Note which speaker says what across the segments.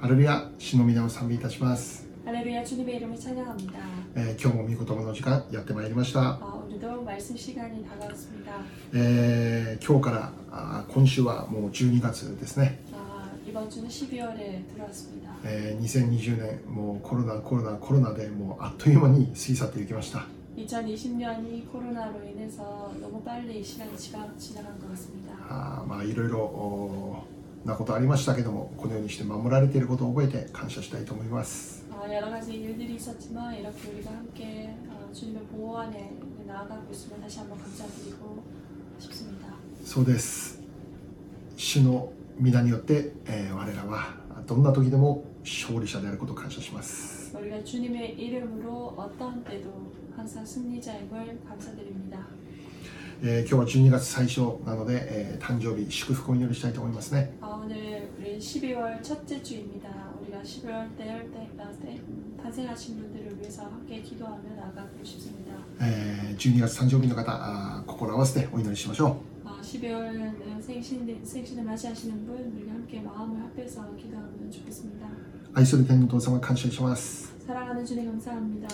Speaker 1: ハレルヤ、主の皆を賛美いたします。
Speaker 2: 할렐루야 주님의 이름을 찬양합니다.
Speaker 1: えー今日も御言葉の時間やってまいりました。
Speaker 2: 아, 오늘도 말씀 시간이 다가왔습니다.
Speaker 1: えー今日からあー今週はもう12月ですね、
Speaker 2: 아, 이번 주는 12월에 들어왔습니다.
Speaker 1: えー2020年もうコロナコロナコロナでもうあっという間に過ぎ去っていきました
Speaker 2: 2020년이 코로나로 인해서 너무 빨리 이 시간이 지나- 지나간 것 같습니다.
Speaker 1: あーまあいろいろおーなことありましたけどもこのようにして守られていることを覚えて感謝したいと思います
Speaker 2: 아, 여러 가지 일들이 있었지만 이렇게 우리가 함께 아, 주님의 보호 안에 나아가고 있으면 다시 한번 감사드리고 싶습니다.
Speaker 1: そうです主の皆によって、えー我らはどんな時でも勝利者であることを感謝します
Speaker 2: 우리가 주님의 이름으로 어떠한 때도 항상 승리자임을 감사드립니다.
Speaker 1: えー今日は12月最初なので、えー誕生日祝福をお祈りしたいと思いますね
Speaker 2: 아, 오늘 우리 12월 첫째 주입니다. 우리가 12월 때, 할 때, 아, 때 음, 탄생하신 분들을 위해서 함께 기도하며 나가고 싶습니다.
Speaker 1: えー12月誕生日の方あー心を合わせてお祈りしましょ
Speaker 2: 아, 12월은 생신, 생신을 맞이하시는 분, 우리가 함께 마음을 합해서 기도하면 좋겠습니다.
Speaker 1: う愛する天のお父様感謝します、
Speaker 2: 사랑하는 주님 감사합니다.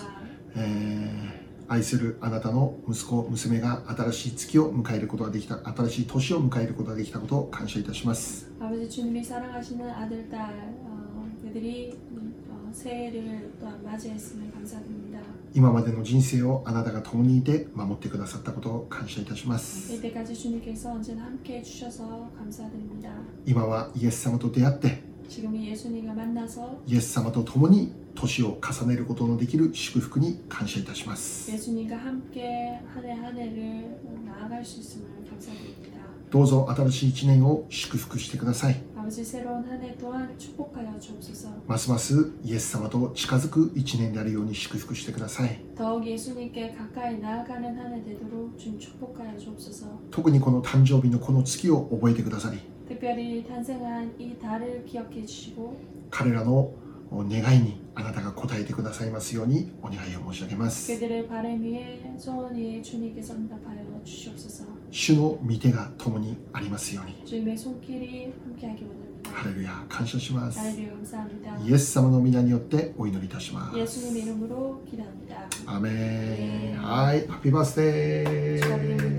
Speaker 1: えー愛するあなたの息子娘が新しい月を迎えることができた新しい年を迎えることができたことを感謝いたします
Speaker 2: 아버지 주님이 사랑하시는 아들, 딸, 어, 그들이 음, 어, 새해를 또한 맞이했으면 감사드립니다.
Speaker 1: 今までの人生をあなたが共にいて守ってくださったことを感謝いたします
Speaker 2: 이때까지 주님께서 언제나 함께 해주셔서 감사드립니다.
Speaker 1: 今はイエス様と出会って
Speaker 2: 지금이 예수님과 만나서
Speaker 1: イエス様と共に年を重ねることのできる祝福に感謝いたします
Speaker 2: 예수님과 함께 한 해 한 해를 나아갈 수 있음을 감사드립니다.
Speaker 1: どうぞ新しい一年を祝福してください
Speaker 2: 아버지 새로운 한 해 또한 축복하여 주옵소서.
Speaker 1: ますますイエス様と近づく一年であるように祝福してください
Speaker 2: 더욱 예수님께 가까이 나아가는 한 해 되도록 주님 축복하여 주옵소서.
Speaker 1: 特にこの誕生日のこの月を覚えてくださり
Speaker 2: 특별히 탄생한 이 달을 기억해 주시고
Speaker 1: 彼らの願いにあなたが応えてくださいますようにお願いを申し上げます
Speaker 2: 그들의 바램 위에 소원 위에 주님께서 응답하여 주시옵소서.
Speaker 1: 主の御手が共にありますように
Speaker 2: 주님의 손길이 함께하기 원합니다.
Speaker 1: ハレルヤ感謝します
Speaker 2: 하나님 감사합니다.
Speaker 1: イエス様の皆によってお祈りいたします
Speaker 2: 예수님 이름으로 기도합니다.
Speaker 1: アメン
Speaker 2: アメン
Speaker 1: はいハッピーバースデ
Speaker 2: ハレル
Speaker 1: ー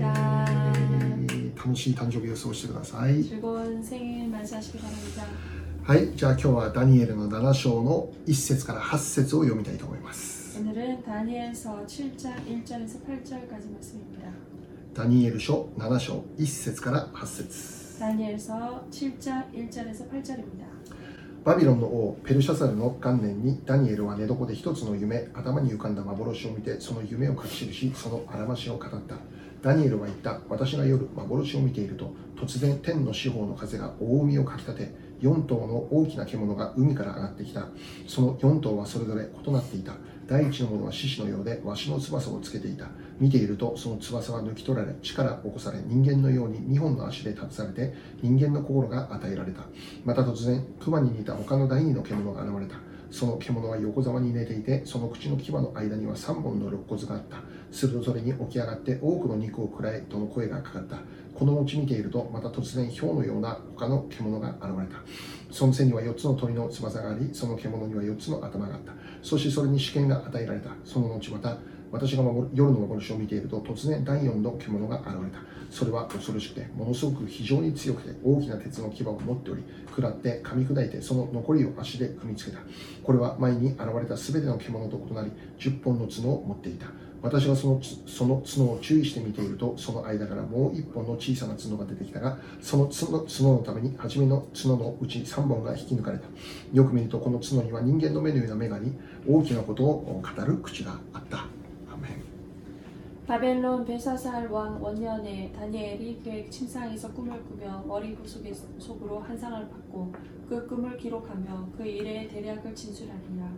Speaker 1: 楽しい誕生日を過ごしてください
Speaker 2: 즐거운 생일 맞이하시기 바랍니다.
Speaker 1: はいじゃあ今日はダニエルの7章の1節から8節を読みたいと思います
Speaker 2: 오늘은 다니엘서 7장 1절에서 8절까지 말씀입니다.
Speaker 1: ダニエル書7章1節から8節
Speaker 2: 다니엘서 7장 1절에서 8절입니다.
Speaker 1: バビロンの王ペルシャサルの元年にダニエルは寝床で一つの夢頭に浮かんだ幻を見てその夢を書き記しそのあらましを語ったダニエルは言った私が夜幻を見ていると突然天の四方の風が大海をかきたて4頭の大きな獣が海から上がってきたその4頭はそれぞれ異なっていた第一のものは獅子のようでわしの翼をつけていた見ているとその翼は抜き取られ地から起こされ人間のように2本の足で立たされて人間の心が与えられたまた突然熊に似た他の第二の獣が現れたその獣は横ざまに寝ていてその口の牙の間には3本の肋骨があったするとそれに起き上がって多くの肉を食らえとの声がかかったこのうち見ているとまた突然豹のような他の獣が現れたその背には4つの鳥の翼がありその獣には4つの頭があったそしてそれに試験が与えられたその後また私が守る夜の幻を見ていると突然第4の獣が現れたそれは恐ろしくてものすごく非常に強くて大きな鉄の牙を持っており食らって噛み砕いてその残りを足で踏みつけたこれは前に現れた全ての獣と異なり10本の角を持っていた私がそのつその角を注意して見ているとその間からもう1本の小さな角が出てきたがその角角のために初めの角のうち3本が引き抜かれたよく見るとこの角には人間の目のような目があり大きなことを語る口があったアーメン
Speaker 2: 바벨론 벨사살 왕 원년에 다니엘이 그의 침상에서 꿈을 꾸며 머리 구속에 속으로 환상을 받고 그 꿈을 기록하며 그 일의 대략을 진술하니라.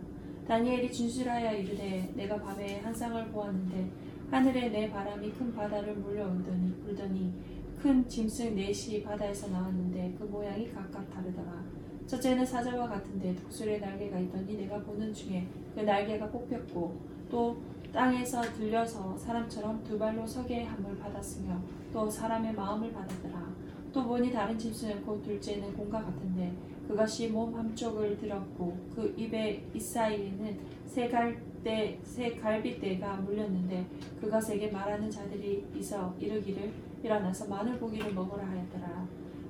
Speaker 2: 다니엘이 진술하여 이르되 내가 밤에 환상을 보았는데 하늘에 내 바람이 큰 바다를 물려오더니 불더니 큰 짐승 넷이 바다에서 나왔는데 그 모양이 각각 다르더라. 첫째는 사자와 같은데 독수리의 날개가 있더니 내가 보는 중에 그 날개가 뽑혔고 또 땅에서 들려서 사람처럼 두 발로 서게 함을 받았으며 또 사람의 마음을 받았더라. 또 보니 다른 짐승은 곧 둘째는 공과 같은데 그 그것이 몸 한쪽을 들었고 그 입의 이사이에는 세 갈대 세 갈비대가 물렸는데 그것에게 말하는 자들이 있어 이르기를 일어나서 마늘 고기를 먹으라 하였더라.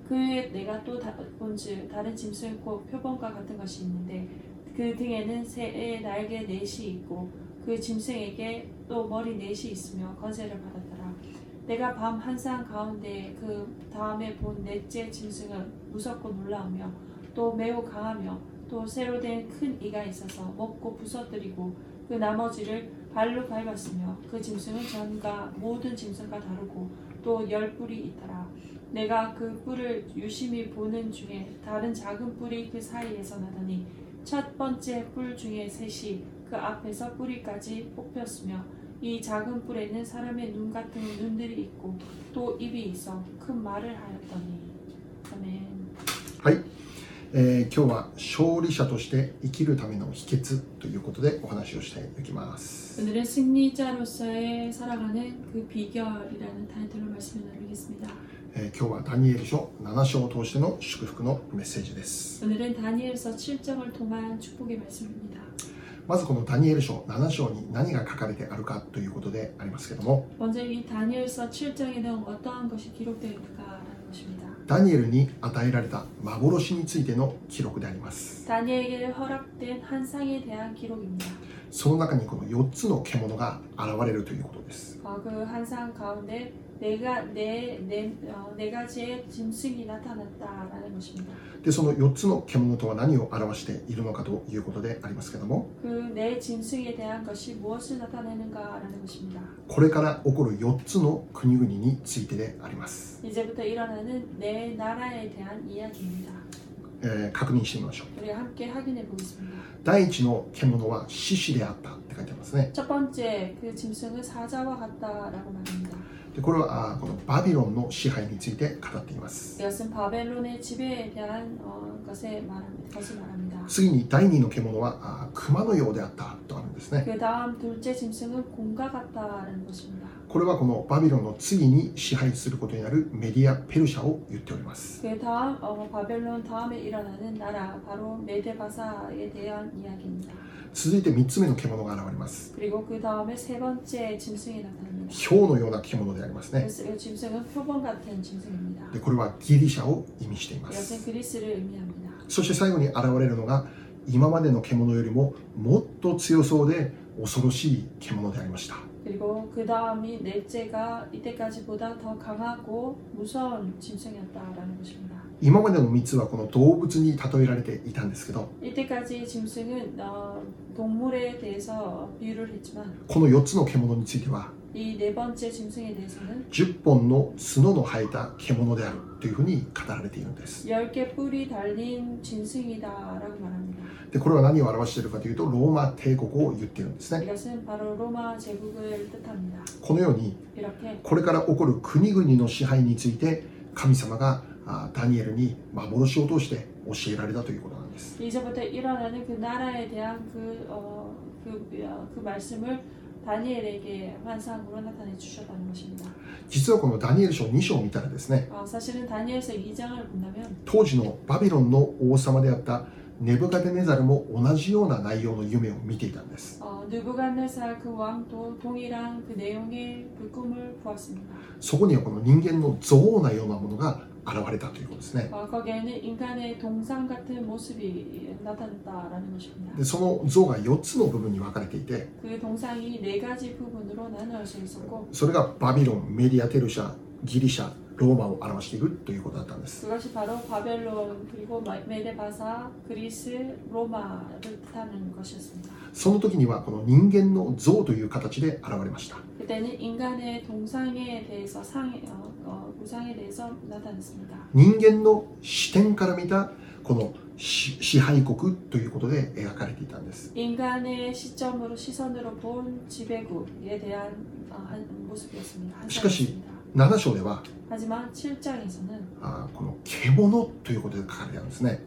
Speaker 2: 그에 내가 또 다- 본즉 다른 짐승 곧 표범과 같은 것이 있는데 그 등에는 새의 날개 넷이 있고 그 짐승에게 또 머리 넷이 있으며 건세를 받았더라. 내가 밤 한상 가운데 그 다음에 본 넷째 짐승은 무섭고 놀라우며 또 매우 강하며 또 새로 된 큰 이가 있어서 먹고 부서뜨리고 그 나머지를 발로 밟았으며 그 짐승은 전과 모든 짐승과 다르고 또 열 뿔이 있더라. 내가 그 뿔을 유심히 보는 중에 다른 작은 뿔이 그 사이에서 나더니 첫 번째 뿔 중에 셋이 그 앞에서 뿌리까지 뽑혔으며 이 작은 뿔에는 사람의 눈 같은 눈들이 있고 또 입이 있어 큰 말을 하였더니 아멘.
Speaker 1: えー今日は勝利者として生きるための秘訣ということでお話をしていきます。
Speaker 2: 오늘은 승리자로서의 살아가는 그 비결이라는 타이틀로 말씀을 나누겠습니다.
Speaker 1: えー今日はダニエル書7章を通しての祝福のメッセージです。
Speaker 2: 오늘은 다니엘서 7장을 통한 축복의 말씀입니다.
Speaker 1: まずこのダニエル書7章に何が書かれてあるかということでありますけども、
Speaker 2: 먼저 이 다니엘서 7장에는 어떠한 것이 기록되어 있는가라는 것입니다.
Speaker 1: ダニエルに与えられた幻についての記録であります。
Speaker 2: 다니엘에게 허락된 한상에 대한 기록입니다.
Speaker 1: その中にこの4つの獣が現れるということです。
Speaker 2: 어, 그 한상 가운데 내가 네, 네, 어, 네 가지의 짐승이 나타났다라는 것입니다.
Speaker 1: で、その4つの獣とは何を表しているのかということでありますけども、
Speaker 2: 그 네 짐승에 대한 것이 무엇을 나타내는가라는 것입니다.
Speaker 1: これから起こる4つの国々についてであります。
Speaker 2: 이제부터 일어나는 네 나라에 대한 이야기입니다.
Speaker 1: えー確認してみましょう。
Speaker 2: 우리 함께 확인해 보겠습니다.
Speaker 1: 第一の獣は獅子であったって書いてありますね。
Speaker 2: 첫 번째 그 짐승은 사자와 같다라고 말합니다.
Speaker 1: で、これはあーこのバビロンの支配について語っています。
Speaker 2: 이것은 바벨론의 지배에 대한 어, 것에 말합니다. 것을 말합니다.
Speaker 1: 次に第二の獣はあー熊のようであったとあるんですね。
Speaker 2: 그 다음 둘째 짐승은 공과 같다라는 것입니다.
Speaker 1: これはこのバビロンの次に支配することになるメディア・ペルシャを言っております。
Speaker 2: 그 다음 어, 바벨론 다음에 일어나는 나라 바로 메데바사에 대한 이야기입니다.
Speaker 1: 続いて3つ目の獣が現れます。
Speaker 2: 그리고 그 다음에 세 번째 짐승이 나타납니다.
Speaker 1: 豹のような獣でありますね。
Speaker 2: 그래서 이 짐승은 표범 같은 짐승입니다.
Speaker 1: で、これはギリシャを意味していま
Speaker 2: 이것은
Speaker 1: す。
Speaker 2: 그리스를 의미합니다.
Speaker 1: そして最後に現れるのが今までの獣よりももっと強そうで恐ろしい獣でありました。
Speaker 2: 그리고 그 다음이 넷째가 이때까지보다 더 강하고 무서운 짐승이었다라는 것입니다.
Speaker 1: 今までの3つはこの動物に例えられていたんですけど
Speaker 2: 이때까지 짐승은 어, 동물에 대해서 비유를 했지만
Speaker 1: この4つの獣については
Speaker 2: 이 네 번째 짐승에 대해서는
Speaker 1: 10本の角の生えた獣であるというふうに語られているんです
Speaker 2: 열 개 뿔이 달린 짐승이다라고 말합니다.
Speaker 1: でこれは何を表しているかというとローマ帝国を言っているんですね
Speaker 2: 이것은 바로 로마 제국을 뜻합니다.
Speaker 1: このように
Speaker 2: 이렇게
Speaker 1: これから起こる国々の支配について神様があダニエルに幻を通して教えられたということなんです
Speaker 2: 이제부터 일어나는 그 나라에 대한 그, 어, 그, 어, 그 말씀을 다니엘에게 환상으로 나타내 주셨다는 것입니다.
Speaker 1: 実はこのダニエル書2章を見たらですね
Speaker 2: 어, 사실은 다니엘서 2장을 본다면
Speaker 1: 当時のバビロンの王様であったネブカデネザルも同じような内容の夢を見ていたんです
Speaker 2: 어, 느부갓네살 그 왕도 동일한 그 내용의 그 꿈을 보았습니다.
Speaker 1: そこにはこの人間の憎悪なようなものが現れたということですね。
Speaker 2: 어, 거기에는 인간의 동상 같은 모습이 나타났다라는 것입니다.
Speaker 1: でその像が4つの部分に分かれていて
Speaker 2: 그 동상이 네 가지 부분으로 나누어져 있었고
Speaker 1: それがバビロンメディアテルシャギリシャローマを表しているということだったんです
Speaker 2: 그것이 바로 바벨론 그리고 마- 메데바사 그리스 로마를 뜻하는 것이었습니다.
Speaker 1: その時にはこの人間の像という形で現れました
Speaker 2: 그때는 인간의 동상에 대해서 상 어, 어, 우상에 대해서 나타났습니다.
Speaker 1: 人間の視点から見たこの支支配国ということで描かれていたんです
Speaker 2: 인간의 시점으로 시선으로 본 지배국에 대한 어, 한 모습이었습니다. 한
Speaker 1: 시카시.
Speaker 2: 장이었습니다.
Speaker 1: 7章では
Speaker 2: 하지만 7장에서는
Speaker 1: あーこの獣ということで書かれてあるんですね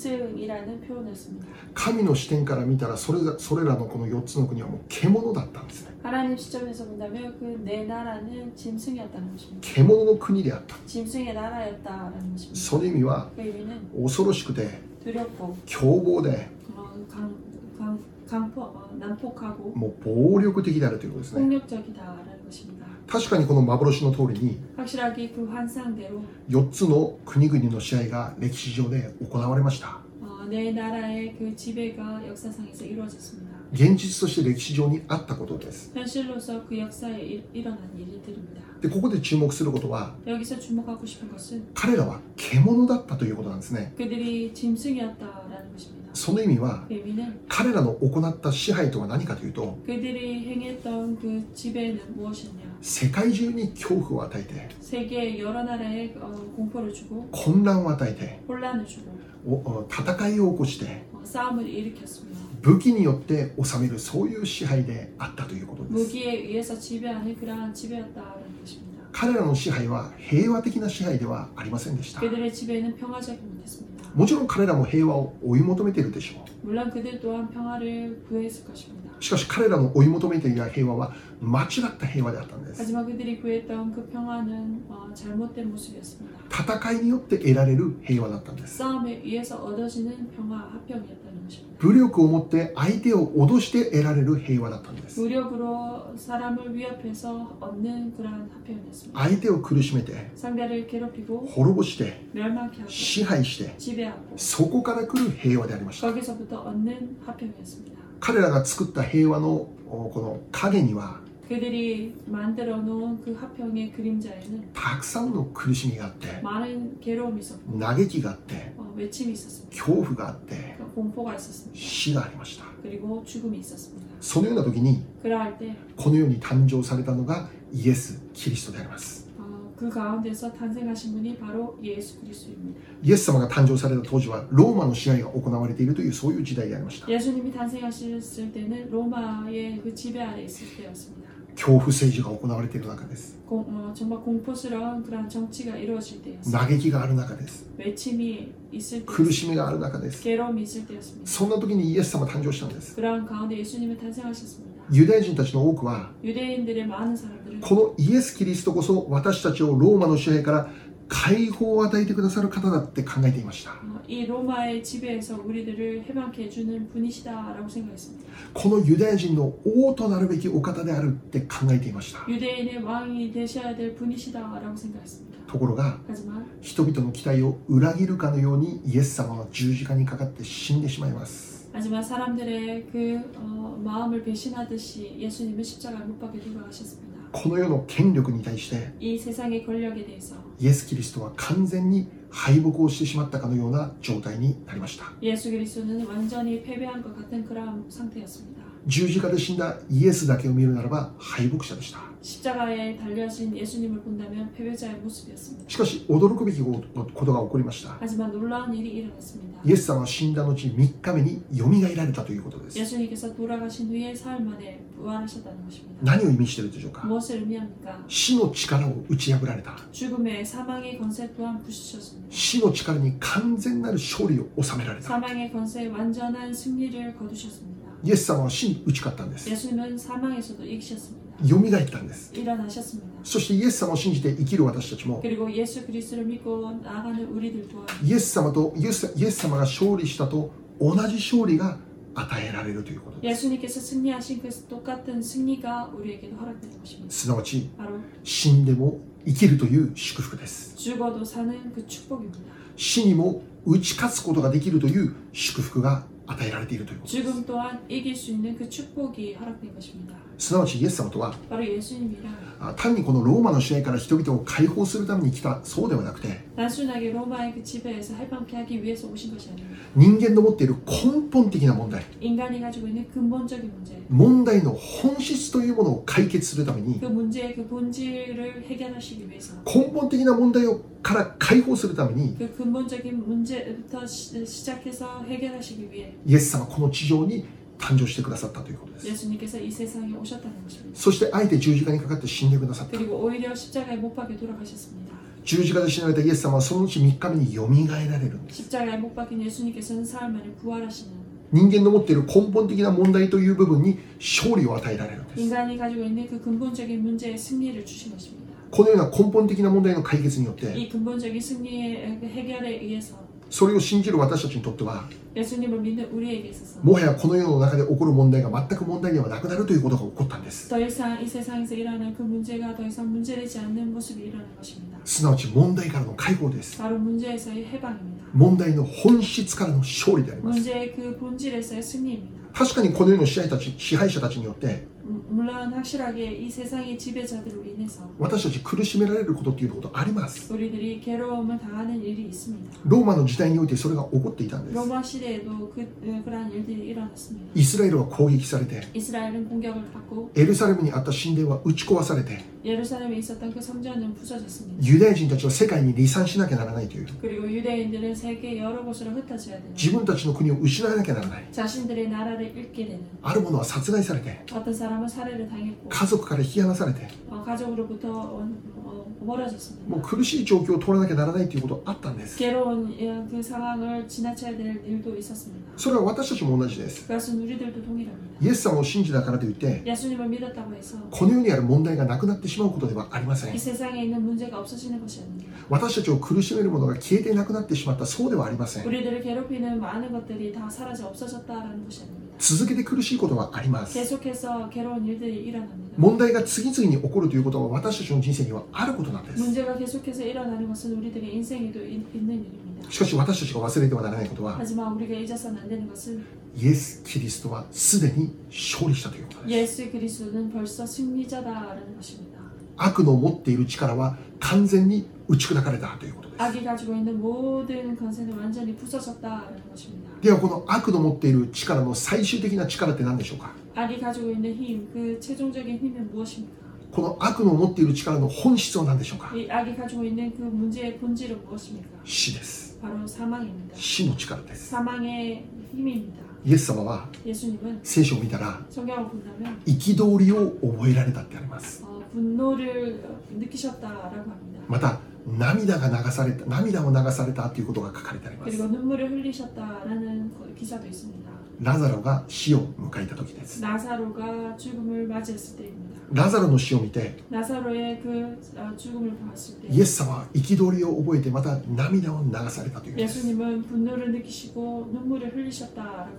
Speaker 2: 짐승이라는 표현이었습니다.
Speaker 1: 神の視点から見たらそれがそれらのこの4つの国はもう獣だったんですね
Speaker 2: 하나님 시점에서 본다면 그 내 나라는 짐승이었다는 것입니다.
Speaker 1: 獣の国であった
Speaker 2: 짐승의 나라였다라는 것입니다.
Speaker 1: その意味は
Speaker 2: 그 의미는
Speaker 1: 恐ろしくて
Speaker 2: 두렵고
Speaker 1: 凶暴で
Speaker 2: 어, 강, 강, 강포, 어, 난폭하고
Speaker 1: もう暴力的であるということですね
Speaker 2: 폭력적이다라는 것입니다.
Speaker 1: 確かにこの幻の通りに
Speaker 2: 확실하게 그 환상대로
Speaker 1: 4つの国々の試合が歴史上で行われました
Speaker 2: 어, 내 나라의 그 지배가 역사상에서 이루어졌습니다.
Speaker 1: 現実として歴史上にあったことです
Speaker 2: 현실로서 그 역사에 일, 일어난 일들입니다.
Speaker 1: でここで注目することは
Speaker 2: 여기서 주목하고 싶은 것은
Speaker 1: 彼らは獣だったということなんですね
Speaker 2: 그들이 짐승이었다라는 것입니다.
Speaker 1: その意味は
Speaker 2: 그 의미는
Speaker 1: 彼らの行った支配とは何かというと
Speaker 2: 그들이 행했던 그 지배는 무엇이냐?
Speaker 1: 世界中に恐怖を与えて
Speaker 2: 세계 여러 나라에 어, 공포를 주고
Speaker 1: 混乱を与えて
Speaker 2: 혼란을 주고
Speaker 1: おお戦いを起こして
Speaker 2: 어, 싸움을 일으켰습니다.
Speaker 1: 武器によって治めるそういう支配であったということです
Speaker 2: 무기에 의해서 지배하는 그러한 지배였다라는 것입니다.
Speaker 1: 彼らの支配は平和的な支配ではありませんでした
Speaker 2: 그들의 지배는 평화적이 못했습니다.
Speaker 1: もちろん彼らも平和を追い求めているでしょ
Speaker 2: 물론 그들 또한 평화를 구했을 것입니다.
Speaker 1: うしかし彼らの追い求めていた平和は間違った平和であったんです
Speaker 2: 하지만 그들이 구했던 그 평화는 어, 잘못된 모습이었습니다.
Speaker 1: 戦いによって得られる平和だったんです
Speaker 2: 싸움에 의해서 얻어지는 평화 합병이었다는 것입니다.
Speaker 1: 武力を持って相手を脅して得られる平和だったんです
Speaker 2: 무력으로 사람을 위협해서 얻는 그러한 합병이었습니다.
Speaker 1: 相手を苦しめて
Speaker 2: 상대를 괴롭히고
Speaker 1: 滅ぼして
Speaker 2: 멸망케 하고
Speaker 1: 支配して
Speaker 2: 지배하고
Speaker 1: そこから来る平和でありました
Speaker 2: 거기서부터 얻는 합병이었습니다.
Speaker 1: 彼らが作った平和のおこの影には
Speaker 2: 그들이 만들어 놓은 그 합병의 그림자에는
Speaker 1: たくさんの苦しみがあって
Speaker 2: 많은 괴로움이 있었고
Speaker 1: 嘆きがあって
Speaker 2: 어, 외침이 있었습니다.
Speaker 1: 恐怖があって
Speaker 2: 그 공포가 있었습니다.
Speaker 1: 死がありました
Speaker 2: 그리고 죽음이 있었습니다.
Speaker 1: そのような時に
Speaker 2: 그러할 때,
Speaker 1: この世に誕生されたのがイエス・キリストであります
Speaker 2: 어, 그 가운데서 탄생하신 분이 바로 예수 그리스도입니다.
Speaker 1: イエス様が誕生された当時はローマの支配が行われているというそういう時代でありました
Speaker 2: 예수님이 탄생하셨을 때는 로마의 그 지배 아래 있을 때였습니다.
Speaker 1: 恐怖政治が行われている中です
Speaker 2: 공- 어, 정말 공포스러운 그런 정치가 이루어질 때였습니다.
Speaker 1: 嘆きがある中です
Speaker 2: 외침이 있을
Speaker 1: 苦
Speaker 2: 때였습니다.
Speaker 1: しみがある中です
Speaker 2: 괴로움이 있을 때였습니다.
Speaker 1: そんな時にイエス様誕生したんです
Speaker 2: 그러한 가운데 예수님이 탄생하셨습니다.
Speaker 1: ユダヤ人たちの多くは
Speaker 2: 유대인들의 많은 사람들은
Speaker 1: このイエス・キリストこそ私たちをローマの支配から解放を与えてくださる方だって考えていました
Speaker 2: 어, 이 로마의 지배에서 우리들을 해방케 해주는 분이시다라고 생각했습니다.
Speaker 1: このユダヤ人の王となるべきお方であるって考えていました
Speaker 2: 유대인의 왕이 되셔야 될 분이시다라고 생각했습니다.
Speaker 1: ところが
Speaker 2: 하지만
Speaker 1: 人々の期待を裏切るかのようにイエス様は十字架にかかって死んでしまいます
Speaker 2: 하지만 사람들의 그 어, 마음을 배신하듯이 예수님은 십자가에 못 박혀 돌아가셨습니다.
Speaker 1: この世の権力に対して
Speaker 2: 이 세상의 권력에 대해서
Speaker 1: イエス・キリストは完全に敗北をしてしまったかのような状態になりました
Speaker 2: 예수 그리스도는 완전히 패배한 것 같은 그런 상태였습니다.
Speaker 1: 十字架で死んだイエスだけを見るならば敗北者でした
Speaker 2: 십자가에 달려진 예수님을 본다면 패배자의 모습이었습니다.
Speaker 1: しかし驚くべきことが起こりました
Speaker 2: 하지만 놀라운 일이 일어났습니다.
Speaker 1: イエス様は死んだ後3日目によみがえられたということです
Speaker 2: 예수님께서 돌아가신 후에 사흘 만에 부활하셨다는 것입니다.
Speaker 1: 何を意味しているでしょうか
Speaker 2: 무엇을 의미합니까?
Speaker 1: 死の力を打ち破られた
Speaker 2: 죽음의 사망의 권세 또한 부수셨습니다.
Speaker 1: 死の力に完全なる勝利を収められた
Speaker 2: 사망의 권세에 완전한 승리를 거두셨습니다.
Speaker 1: イエス様は死に打ち勝ったんです
Speaker 2: 예수님은 사망에서도 이기셨습니다.
Speaker 1: よみがえったんです
Speaker 2: 일어나셨습니다.
Speaker 1: そしてイエス様を信じて生きる私たちも
Speaker 2: 그리고 예수 그리스도를 믿고 나아가는 우리들 또한
Speaker 1: イエス様とイエスイエス様が勝利したと同じ勝利が与えられるということです
Speaker 2: 예수님께서 승리하신 그 똑같은 승리가 우리에게도 허락되는 것입니다.
Speaker 1: すなわち
Speaker 2: 바로
Speaker 1: 死んでも生きるという祝福です
Speaker 2: 죽어도 사는 그 축복입니다.
Speaker 1: 死にも打ち勝つことができるという祝福が与えられているということです
Speaker 2: 죽음 또한 이길 수 있는 그 축복이 허락된 것입니다.
Speaker 1: すなわちイエス様とは
Speaker 2: 바로 예수님이라
Speaker 1: あ単にこのローマの支配から人々を解放するために来たそうではなくて
Speaker 2: 단순하게 로마의 그 지배에서 해방케 하기 위해서 오신 것이 아닙니다.
Speaker 1: 人間の持っている根本的な問題
Speaker 2: 인간이 가지고 있는 근본적인 문제,
Speaker 1: 問題の本質というものを解決するために
Speaker 2: 그 문제의 그 본질을 해결하시기 위해서,
Speaker 1: 根本的な問題をから解放するために
Speaker 2: 그 근본적인 문제부터 시, 시작해서 해결하시기 위해
Speaker 1: イエス様はこの地上に誕生してくださったということです
Speaker 2: 예수님께서 이 세상에 오셨다는 것입니다.
Speaker 1: そしてあえて十字架にかかって死んでくださった
Speaker 2: 그리고 오히려 십자가에 못 박혀 돌아가셨습니다.
Speaker 1: 十字架で死なれたイエス様はそのうち3日目によみがえられるんです
Speaker 2: 십자가에 못 박힌 예수님께서는 사흘 만에 부활하시는
Speaker 1: 人間の持っている根本的な問題という部分に勝利を与えられるんです
Speaker 2: 인간이 가지고 있는 그 근본적인 문제의 승리를 주신 것입니다.
Speaker 1: このような根本的な問題の解決によって
Speaker 2: 이 근본적인 승리의 해결에 의해서
Speaker 1: それを信じる私たちにとっては
Speaker 2: 예수님을 믿는 우리에게 있어서
Speaker 1: もはやこの世の中で起こる問題が全く問題ではなくなるということが起こったんです
Speaker 2: 더 이상 이 세상에서 일어나는 그 문제가 더 이상 문제되지 않는 모습이 일어날 것입니다.
Speaker 1: すなわち問題からの解放です
Speaker 2: 바로 문제에서의 해방입니다.
Speaker 1: 問題の本質からの勝利であります
Speaker 2: 문제의 그 본질에서의 승리입니다.
Speaker 1: 確かにこの世の支配たち支配者たちによって
Speaker 2: 음, 물론 확실하게 이 세상의 지배자들로 인해서
Speaker 1: 私たち苦しめられることっていうことあります
Speaker 2: 우리들이 괴로움을 당하는 일이 있습니다.
Speaker 1: ローマの時代においてそれが起こっていたんです
Speaker 2: 로마 시대에도 그, 에, 그러한 일들이 일어났습니다.
Speaker 1: イスラエルは攻撃されて
Speaker 2: 이스라엘은 공격을 받고
Speaker 1: エルサレムにあった神殿は打ち壊されて
Speaker 2: 예루살렘에 있었던 그 성전은 부서졌습니다.
Speaker 1: ユダヤ人たちは世界に離散しなきゃならないという
Speaker 2: 그리고 유대인들은 세계 여러 곳으로 흩어져야 되는
Speaker 1: 自分たちの国を失わなきゃならない
Speaker 2: 자신들의 나라를 잃게 되는
Speaker 1: ある者は殺害されて
Speaker 2: 어떤 사람은 살해를 당했고
Speaker 1: 家族から引き離されて
Speaker 2: 어, 가족으로부터 어, 어, 멀어졌습니다.
Speaker 1: もう苦しい状況を通らなきゃならないということあったんです
Speaker 2: 괴로운 예, 그 상황을 지나쳐야 될 일도 있었습니다.
Speaker 1: それは私たちも同じです
Speaker 2: 그것은 우리들도 동일합니다.
Speaker 1: イエス様を信じたからといって
Speaker 2: 예수님을 믿었다고 해서
Speaker 1: この世にある問題がなくなってしまうことではありませ
Speaker 2: 이
Speaker 1: ん
Speaker 2: 세상에 있는 문제가 없어지는 것이 아닙니다.
Speaker 1: 私たちを苦しめるものが消えてなくなってしまったそうではありません
Speaker 2: 우리들을 괴롭히는 많은 것들이 다 사라져 없어졌다라는 것이 아닙니다.
Speaker 1: 続けて苦しいことはあります
Speaker 2: 계속해서 괴로운 일들이 일어납니다.
Speaker 1: 問題が次々に起こるということは私たちの人生にはあることなんです
Speaker 2: 문제가 계속해서 일어나는 것은 우리들의 인생에도 인- 있는 일입니다.
Speaker 1: しかし私たちが忘れてはならないことは
Speaker 2: 하지만 우리가 잊어서는 안 되는 것은
Speaker 1: イエス・キリストはすでに勝利したということです
Speaker 2: 예수 그리스도는 벌써 승리자다라는 것입니다.
Speaker 1: 悪の持っている力は完全に打ち砕かれたということです
Speaker 2: 악이 가지고 있는 모든 권세는 완전히 부서졌다라는 것입니다.
Speaker 1: ではこの悪の持っている力の最終的な力って何でしょうか
Speaker 2: 악이 가지고 있는 힘, 그 최종적인 힘은 무엇입니까?
Speaker 1: この悪の持っている力の本質は何でしょうか
Speaker 2: 이 악이 가지고 있는 그 문제의 본질은 무엇입니까?
Speaker 1: 死です
Speaker 2: 바로 사망입니다.
Speaker 1: 死の力です。
Speaker 2: 사망의 힘입니다.
Speaker 1: イエス様は
Speaker 2: 예수님은
Speaker 1: 聖書を見たら
Speaker 2: 성경을 본다면
Speaker 1: 憤りを覚えられたってあります。
Speaker 2: 어, 분노를 느끼셨다라고 합니다.
Speaker 1: また涙が流された涙を流されたということが書かれてあります。
Speaker 2: 그리고 눈물을 흘리셨다라는 거- 기사도 있습니다.
Speaker 1: ラザロが死を迎えた時です。
Speaker 2: 나사로가 죽음을 맞이했을 때입니다.
Speaker 1: ラザロの死を見て
Speaker 2: 나사로의 그 어, 죽음을 봤을 때
Speaker 1: イエス様は憤りを覚えてまた涙を流されたということです。
Speaker 2: 예수님은 분노를 느끼시고 눈물을 흘리셨다라고 합니다.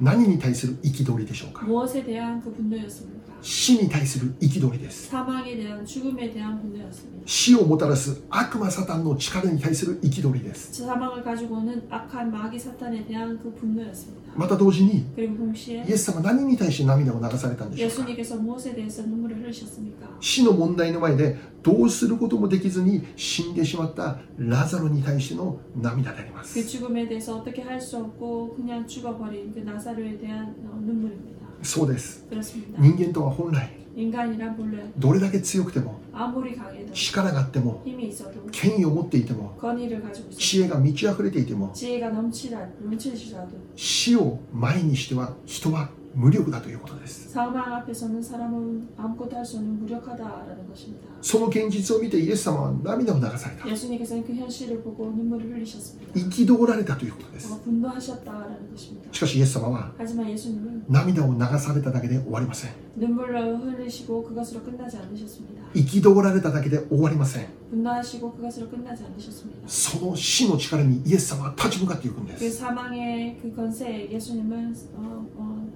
Speaker 1: 何に対する憤りでしょうか
Speaker 2: 무엇에 대한 그 분노였습니까?
Speaker 1: 死に対する憤りです。
Speaker 2: 사망에 대한 죽음에 대한 분노였습니다.
Speaker 1: 死をもたらす悪魔サタンの力に対する憤りです。
Speaker 2: 사망을 가지고 오는 악한 마귀 사탄에 대한 그 분노였습니다.
Speaker 1: また同時に
Speaker 2: 그리고 동시에
Speaker 1: イエス様は何に対して涙を流されたんでしょうか
Speaker 2: 예수님께서 무엇에 대해서 눈물을 흘리셨습니까?
Speaker 1: 死の問題の前でどうすることもできずに死んでしまったラザロに対しての涙でありま
Speaker 2: 그
Speaker 1: す
Speaker 2: 죽음에 대해서 어떻게 할 수 없고 그냥 죽어버린 그 나사로에 대한 어, 눈물입니다.
Speaker 1: そうです
Speaker 2: 그렇습니다.
Speaker 1: 人間とは本来
Speaker 2: 인간이란 본래
Speaker 1: どれだけ強くても
Speaker 2: 아무리 강해도
Speaker 1: 力があっても
Speaker 2: 힘이 있어도
Speaker 1: 権威を持っていても
Speaker 2: 권위를 가지고 있어도
Speaker 1: 知恵が満ち溢れていても
Speaker 2: 지혜가 넘치라 넘치시라도
Speaker 1: 死を前にしては人は無力だということです
Speaker 2: 사망 앞에서는 사람은 아무것도 할 수 없는 무력하다라는 것입니다.
Speaker 1: その現実を見てイエス様は涙を流された
Speaker 2: 예수님께서는 그 현실을 보고 눈물을 흘리셨습니다.
Speaker 1: 憤られたということです
Speaker 2: 어, 분노하셨다라는 것입니다.
Speaker 1: しかしイエス様は
Speaker 2: 하지만 예수님은
Speaker 1: 涙を流されただけで終わりません
Speaker 2: 눈물로 흘리시고 그것으로 끝나지 않으셨습니다.
Speaker 1: 憤られただけで終わりません
Speaker 2: 분노하시고 그것으로 끝나지 않으셨습니다.
Speaker 1: その死の力にイエス様は立ち向かっていくんで
Speaker 2: 그
Speaker 1: す
Speaker 2: 사망의 그 권세에 예수님은 어, 어,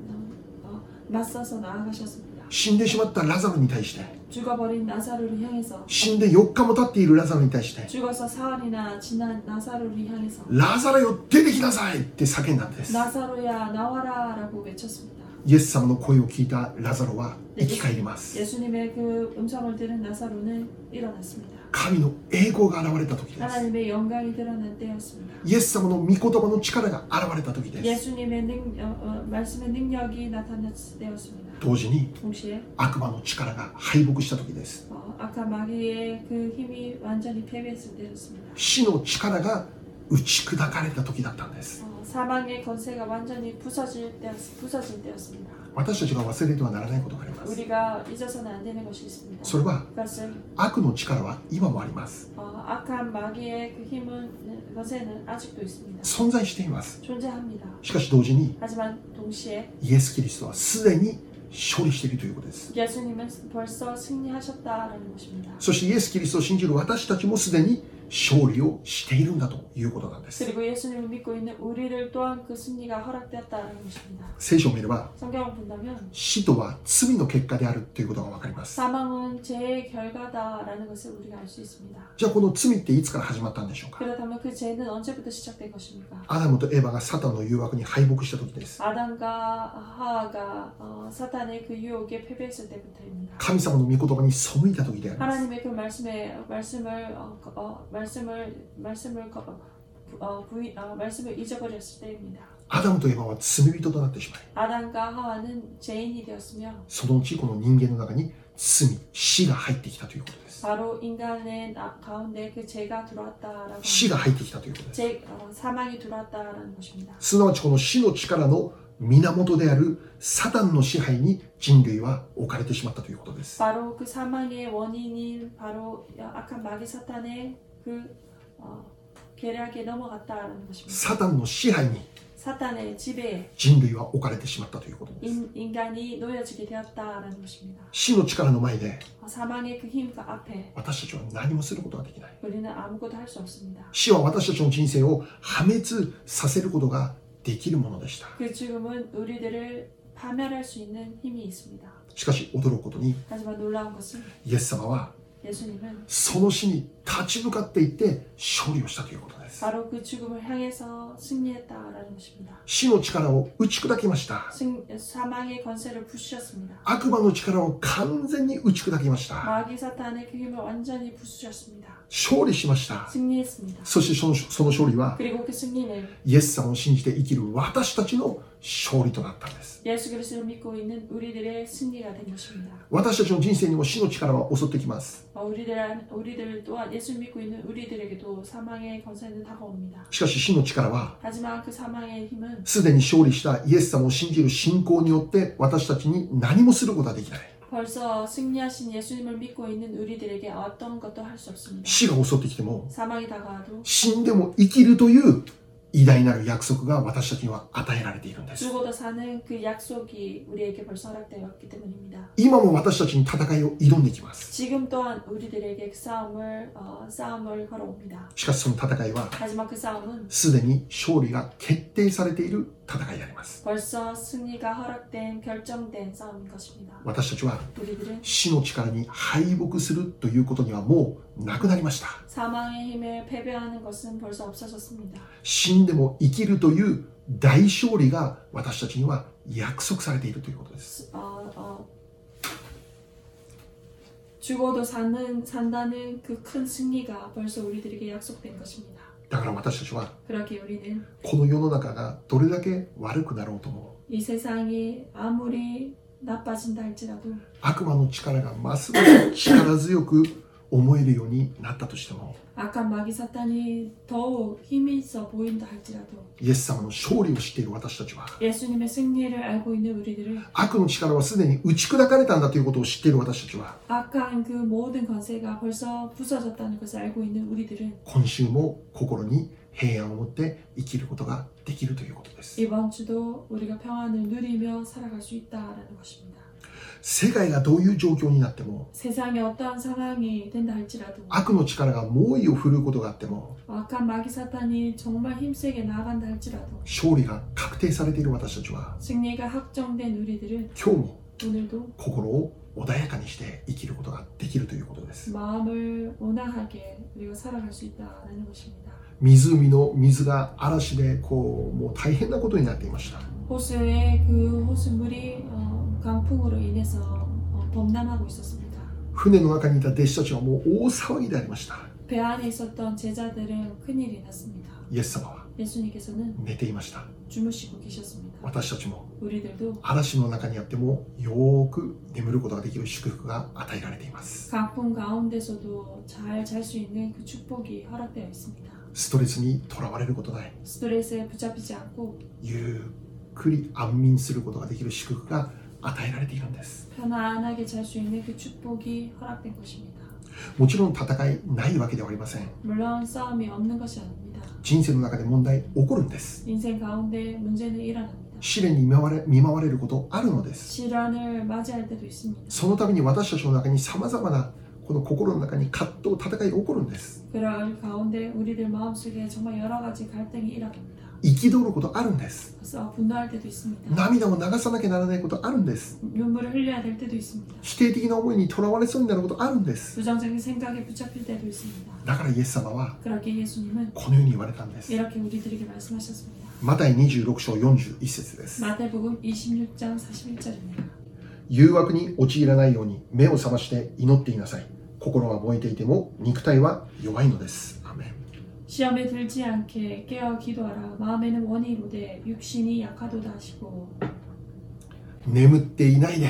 Speaker 2: 어, 어, 맞서서 나아가셨습니다.
Speaker 1: 死んでしまったラザロに対して
Speaker 2: 죽어버린 나사로를 향해서
Speaker 1: 死んで4日も経っているラザロに対して
Speaker 2: 죽어서 사흘이나 지난 나사로를 향해서
Speaker 1: ラザロよ出てきなさいって叫んだんです
Speaker 2: 나사로야 나와라라고 외쳤습니다.
Speaker 1: イエス様の声を聞いたラザロは生き返ります
Speaker 2: 예수님의 그 음성을 들은 나사로는 일어났습니다.
Speaker 1: 神の栄光が現れた時です
Speaker 2: 하나님의 영광이 드러난 때였습니다.
Speaker 1: イエス様の御言葉の力が現れた時です
Speaker 2: 예수님의 능, 어, 어, 말씀의 능력이 나타났을 때였습니다.
Speaker 1: 同時に
Speaker 2: 동시에
Speaker 1: 悪魔の力が敗北した時です
Speaker 2: 어, 아까 마귀의 그 힘이 완전히 패배했을 때였습니다.
Speaker 1: 死の力が打ち砕かれた時だったんです
Speaker 2: 어, 사망의 권세가 완전히 부서질 때, 부서질 때였습니다.
Speaker 1: 私たちが忘れてはならないことがあります
Speaker 2: 우리가 잊어서는 안 되는 것이 있습니다.
Speaker 1: それは
Speaker 2: 그것은
Speaker 1: 悪の力は今もあります
Speaker 2: 어, 악한 마귀의 그 힘은 권세는 아직도 있습니다.
Speaker 1: 存在しています
Speaker 2: 존재합니다.
Speaker 1: しかし同時に
Speaker 2: 하지만 동시에
Speaker 1: イエス・キリストはすでに勝利しているということです
Speaker 2: 예수님은 벌써 승리하셨다라는 것입니다.
Speaker 1: そしてイエス・キリストを信じる私たちもすでに勝利をしているんだということなんです。
Speaker 2: 그리고 예수님을 믿고 있는 우리를 또한 그 승리가 허락되었다는 것입니다.
Speaker 1: 聖書を見れば
Speaker 2: 성경을 본다면
Speaker 1: 死とは罪の結果であるということがわかります。
Speaker 2: 사망은 죄의 결과다라는 것을 우리가 알 수 있습니다.
Speaker 1: じゃあこの罪っていつから始まったんでしょうか
Speaker 2: 그렇다면 그 죄는 언제부터 시작된 것입니까?
Speaker 1: アダムとエヴァがサタンの誘惑に敗北した時です。
Speaker 2: 아담과 하하가 어, 사탄의 그 유혹에 패배했을 때부터입니다.
Speaker 1: 神様の御言葉に背いた時であります。
Speaker 2: 하나님의 그 말씀에 말씀을 어, 거- 어, 말씀을 말씀을 거- 부- 어, 부인 어, 말씀을 잊어버렸을 때입니다.
Speaker 1: アダムとエヴァは罪人となってしまい、
Speaker 2: 아담과 하와는 죄인이 되었으며
Speaker 1: そのうちこの人間の中に罪、死が入ってきたということです。
Speaker 2: 바로 인간의 나- 가운데 그 죄가 들어왔다라고 합니다.
Speaker 1: 死が入ってきたということです。
Speaker 2: 죄 어, 사망이 들어왔다라는 것입니다.
Speaker 1: すなわちこの死の力の源であるサタンの支配に人類は置かれてしまったということです。
Speaker 2: 바로 그 사망의 원인인 바로 악한 마귀 사탄의 그 어, 계략에 넘어갔다라는 것입니다.
Speaker 1: サタンの支配に
Speaker 2: 사탄의 지배에
Speaker 1: 人類は置かれてしまったということです。
Speaker 2: 인, 인간이 놓여지게 되었다라는 것입니다.
Speaker 1: 死の力の前で
Speaker 2: 사망의 그 힘과 앞에
Speaker 1: 私たちは何もすることができない。
Speaker 2: 우리는 아무것도 할 수 없습니다.
Speaker 1: 死は私たちの人生を破滅させることができるものでした。
Speaker 2: 그 죽음은 우리들을 파멸할 수 있는 힘이 있습니다.
Speaker 1: しかし驚くことに
Speaker 2: 하지만 놀라운 것은
Speaker 1: イエス様は
Speaker 2: 예수님은
Speaker 1: その死に立ち向かっていって勝利をしたということです。
Speaker 2: 바로 그 죽음을 향해서 승리했다라는 것입니다.
Speaker 1: 死の力を打ち砕きました。
Speaker 2: 승, 사망의 권세를 부수셨습니다.
Speaker 1: 悪魔の力を完全に打ち砕きました。
Speaker 2: 마귀 사탄의 그 힘을 완전히 부수셨습니다.
Speaker 1: 勝利しました。
Speaker 2: 승리했습니다.
Speaker 1: そしてそのその勝利は
Speaker 2: 그리고 그 승리는
Speaker 1: イエス様を信じて生きる私たちの勝利となったんです。
Speaker 2: 예수 그리스도를 믿고 있는 우리들의 승리가 된 것입니다.
Speaker 1: 私たちの人生にも死の力は襲ってきます。
Speaker 2: 어, 우리들 우리들 또한 예수 믿고 있는 우리들에게도 사망의 권세는 다가옵니다.
Speaker 1: しかし死の力は
Speaker 2: 하지만 그 사망의 힘은
Speaker 1: すでに勝利したイエス様を信じる信仰によって私たちに何もすることはできない。
Speaker 2: 벌써 승리하신 예수님을 믿고 있는 우리들에게 어떤 것도 할 수 없습니다.
Speaker 1: 死が襲ってきても
Speaker 2: 사망이 다가와도
Speaker 1: 死んでも生きるという偉大なる約束が私たちには与えられているんです。
Speaker 2: 죽어도 사는 그 약속이 우리에게 벌써 허락되었기 때문입니다.
Speaker 1: 今も私たちに戦いを挑んできます。
Speaker 2: 지금 또한 우리들에게 그 싸움을 어, 싸움을 걸어옵니다.
Speaker 1: しかしその戦いは
Speaker 2: 하지만 그 싸움은
Speaker 1: すでに勝利が決定されている戦いであります。
Speaker 2: 벌써 승리가 허락된 결정된 싸움인 것입니다.
Speaker 1: 私たちは
Speaker 2: 우리들은
Speaker 1: 死の力に敗北するということにはもうなくなりました。
Speaker 2: 사망의 힘에 패배하는 것은 벌써 없어졌습니다.
Speaker 1: 死んでも生きるという大勝利が私たちには約束されているということです。
Speaker 2: 어, 어, 죽어도 사는 산다는 그 큰 승리가 벌써 우리들에게 약속된 것입니다.
Speaker 1: だから私たちは
Speaker 2: 그렇게 우리는
Speaker 1: この世の中がどれだけ悪くなろうとも
Speaker 2: 이 세상이 아무리 나빠진다 할지라도
Speaker 1: 悪魔の力がますます力強く思えるようになったとしても
Speaker 2: 악한 마귀 사탄이 더욱 힘이 있어 보인다 할지라도
Speaker 1: イエス様の勝利を知っている私たちは
Speaker 2: 예수님의 승리를 알고 있는 우리들을
Speaker 1: 悪の力はすでに打ち砕かれたんだということを知っている私たちは
Speaker 2: 악한 그 모든 권세가 벌써 부서졌다는 것을 알고 있는 우리들은
Speaker 1: 今週も心に平安を持って生きることができるということです
Speaker 2: 이번 주도 우리가 평안을 누리며 살아갈 수 있다라는 것입니다.
Speaker 1: 世界がどういう状況になっても
Speaker 2: 세상에 어떠한 상황이 된다 할지라도
Speaker 1: 悪の力が猛威を振るうことがあっても
Speaker 2: 악한 마귀 사탄이 정말 힘세게 나아간다 할지라도
Speaker 1: 勝利が確定されている私たちは
Speaker 2: 승리가 확정된 우리들은
Speaker 1: 今日も
Speaker 2: 오늘도
Speaker 1: 心を穏やかにして生きることができるということです
Speaker 2: 마음을 온화하게 우리가 살아갈 수 있다라는 것입니다.
Speaker 1: 湖の水が嵐でこうもう大変なことになっていました
Speaker 2: 호수의 그 호수물이 어, 강풍으로 인해서 어, 범람하고 있었습니다.
Speaker 1: 船の中にいた弟子たちはもう大騒ぎでありました
Speaker 2: 배 안에 있었던 제자들은 큰일이 났습니다.
Speaker 1: イエス様は
Speaker 2: 예수님께서는
Speaker 1: 寝ていました
Speaker 2: 주무시고 계셨습니다.
Speaker 1: 私たちも
Speaker 2: 우리들도
Speaker 1: 嵐の中にあってもよーく眠ることができる祝福が与えられています
Speaker 2: 강풍 가운데서도 잘 잘 수 있는 그 축복이 허락되어 있습니다.
Speaker 1: ストレスにとらわれることない
Speaker 2: 스트레스에 붙잡히지 않고
Speaker 1: ゆっくり安眠することができる祝福が与えられているんです
Speaker 2: 편안하게 잘 수 있는 그 축복이 허락된 것입니다.
Speaker 1: もちろん戦いないわけではありません
Speaker 2: 물론 싸움이 없는 것이 아닙니다.
Speaker 1: 人生の中で問題起こるんです
Speaker 2: 인생 가운데 문제는 일어납니다.
Speaker 1: 試練に見舞われ見舞われることあるのです
Speaker 2: 질환을 맞이할 때도 있습니다.
Speaker 1: そのために私たちの中にさまざまなこの心の中に葛藤戦いが起こるんです
Speaker 2: 그럴 가운데 우리들 마음속에 정말 여러 가지 갈등이 일어납니다.
Speaker 1: 憤ることあるんです
Speaker 2: 그래서 분노할 때도 있습니다.
Speaker 1: 涙を流さなきゃならないことあるんです
Speaker 2: 눈물을 흘려야 될 때도 있습니다.
Speaker 1: 否定的な思いにとらわれそうになることあるんです
Speaker 2: 부정적인 생각에 붙잡힐 때도 있습니다.
Speaker 1: だからイエス様は
Speaker 2: 그러기에 예수님은
Speaker 1: このように言われたんです
Speaker 2: 이렇게 우리들에게 말씀하셨습니다.
Speaker 1: マタイ26章41節です。
Speaker 2: 마태복음 26장 41절입니다.
Speaker 1: 誘惑に陥らないように目を覚まして祈っていなさい。心は燃えていても肉体は弱いのです。アーメン
Speaker 2: 시험에 들지 않게 깨어 기도하라. 마음에는 원이 이르되 육신이 약하도다 하시고
Speaker 1: 眠っていないで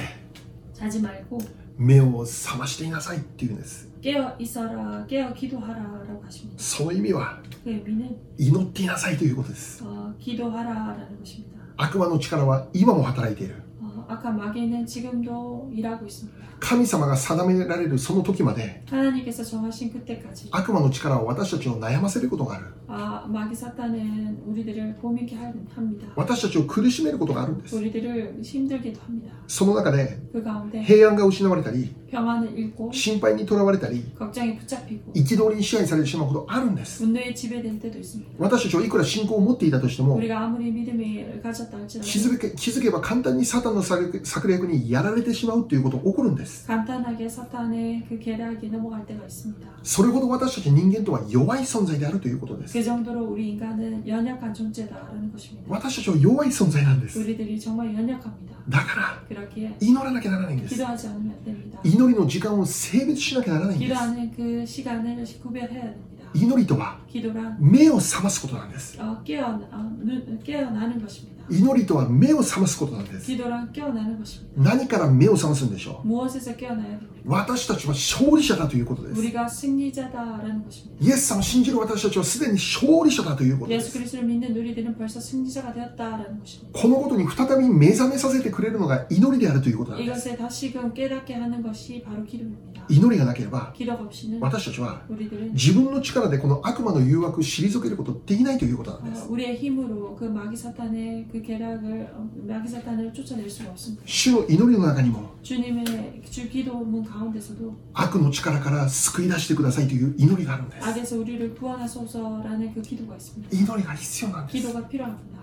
Speaker 2: 자지 말고
Speaker 1: 目を覚ましていなさいっていうんです。
Speaker 2: 깨어 있어라. 깨어 기도하라라고 하십니다.
Speaker 1: その意味は
Speaker 2: 그 의미는
Speaker 1: 祈っていなさいということです。
Speaker 2: 어, 기도하라라는 것입니다.
Speaker 1: 悪魔の力は今も働いている。
Speaker 2: 어, 아까 마귀는 지금도 일하고 있습니다.
Speaker 1: 神様が定められるその時まで
Speaker 2: 하나님께서 정하신 그때까지
Speaker 1: 悪魔の力は私たちを悩ませることがある。
Speaker 2: 아, 마귀 사탄은 우리들을 고민케 하- 합니다.
Speaker 1: 私たちを苦しめることがあるんです。
Speaker 2: 우리들을 힘들기도 합니다.
Speaker 1: その中で
Speaker 2: 그 가운데
Speaker 1: 平安が失われたり、
Speaker 2: 평안을 잃고
Speaker 1: 心配にとらわれたり、
Speaker 2: 걱정에 붙잡히고
Speaker 1: 憤りに支配されてしまうことあるんです。
Speaker 2: 분노에 지배될 때도 있습니다.
Speaker 1: 私たちはいくら信仰を持っていたとしても
Speaker 2: 우리가 아무리 믿음을 가졌다
Speaker 1: 気
Speaker 2: 할지라도
Speaker 1: づけ気づけば簡単にサタンの策策略にやられてしまうということが起こるんです
Speaker 2: 간단하게 사탄의 그 계략에 넘어갈 때가 있습니다.
Speaker 1: それほど私たち人間とは弱い存在であるということです
Speaker 2: 그 정도로 우리 인간은 연약한 존재다라는 것입니다.
Speaker 1: 私たちは弱い存在なんです
Speaker 2: 우리들이 정말 연약합니다.
Speaker 1: だから
Speaker 2: 그렇기에
Speaker 1: 祈らなきゃならないんです
Speaker 2: 기도하지 않으면 안 됩니다.
Speaker 1: 祈りの時間を性別しなきゃならないんです
Speaker 2: 기도하는 그 시간을 구별해야 됩니다.
Speaker 1: 祈りとは
Speaker 2: 기도란
Speaker 1: 目を覚ますことなんです
Speaker 2: 어, 깨어, 어, 눈, 깨어나는 것입니다.
Speaker 1: 祈りとは目を覚ますことなんです
Speaker 2: 기도란 깨어나는 것입니다.
Speaker 1: 何から目を覚ますんでしょ
Speaker 2: 무엇에서 깨어나야 됩니까?
Speaker 1: う私たちは勝利者だということです
Speaker 2: 우리가 승리자다라는 것입니다.
Speaker 1: イエス様を信じる私たちはすでに勝利者だということで
Speaker 2: 예수
Speaker 1: す
Speaker 2: 그리스도를 믿는 우리들은 벌써 승리자가 되었다라는 것입니다.
Speaker 1: このことに再び目覚めさせてくれるのが祈りであるということなんです。
Speaker 2: 이것에 다시금 깨닫게 하는 것이 바로 기도입니다.
Speaker 1: 祈りがなければ、
Speaker 2: 기도가 없이는
Speaker 1: 私たちは
Speaker 2: 우리들은
Speaker 1: 自分の力でこの悪魔の誘惑を退けることできないということなんで
Speaker 2: 어,
Speaker 1: す。
Speaker 2: 우리의 힘으로 그 마귀 사탄의 그 계략을 어, 마귀 사탄을 쫓아낼 수가 없습니다.
Speaker 1: 主の祈りの中にも、
Speaker 2: 주님의 주 기도문 가운데서도
Speaker 1: 悪の力から救い出してくださいという祈りがあるんです。
Speaker 2: 악에서 우리를 구원하소서라는 그 기도가 있습니다.
Speaker 1: 祈りが必要なんです。
Speaker 2: 기도가 필요합니다.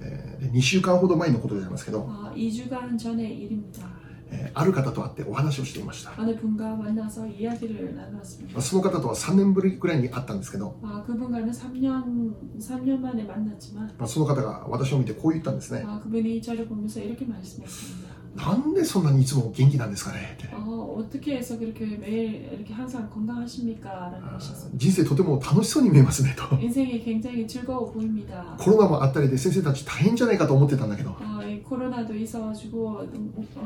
Speaker 1: えー、2週間ほど前のことでありますけど、
Speaker 2: 아, 2주간 전의 일입니다.
Speaker 1: えーある方と会ってお話をしていました。
Speaker 2: 어느 분과 만나서 이야기를 나누었습니다.
Speaker 1: その方とは3年ぶりくらいに会ったんですけど、
Speaker 2: 아, 그분과는 3년, 3년 만에 만났지만
Speaker 1: まあその方が私を見てこう言ったんですね。
Speaker 2: 아, 그분이 저를 보면서 이렇게 말씀했습니다.
Speaker 1: なんでそんなにいつも元気なんですかねって。
Speaker 2: 어, 어떻게 해서 그렇게 매일 이렇게 항상 건강하십니까?
Speaker 1: あ
Speaker 2: 라는
Speaker 1: ー
Speaker 2: 것이었습니다.
Speaker 1: 人生とても楽しそうに見えますねと。
Speaker 2: 인생이 굉장히 즐거워 보입니다.
Speaker 1: コロナもあったりで先生たち大変じゃないかと思ってたんだけど
Speaker 2: 어, 이 코로나도 있어가지고 어,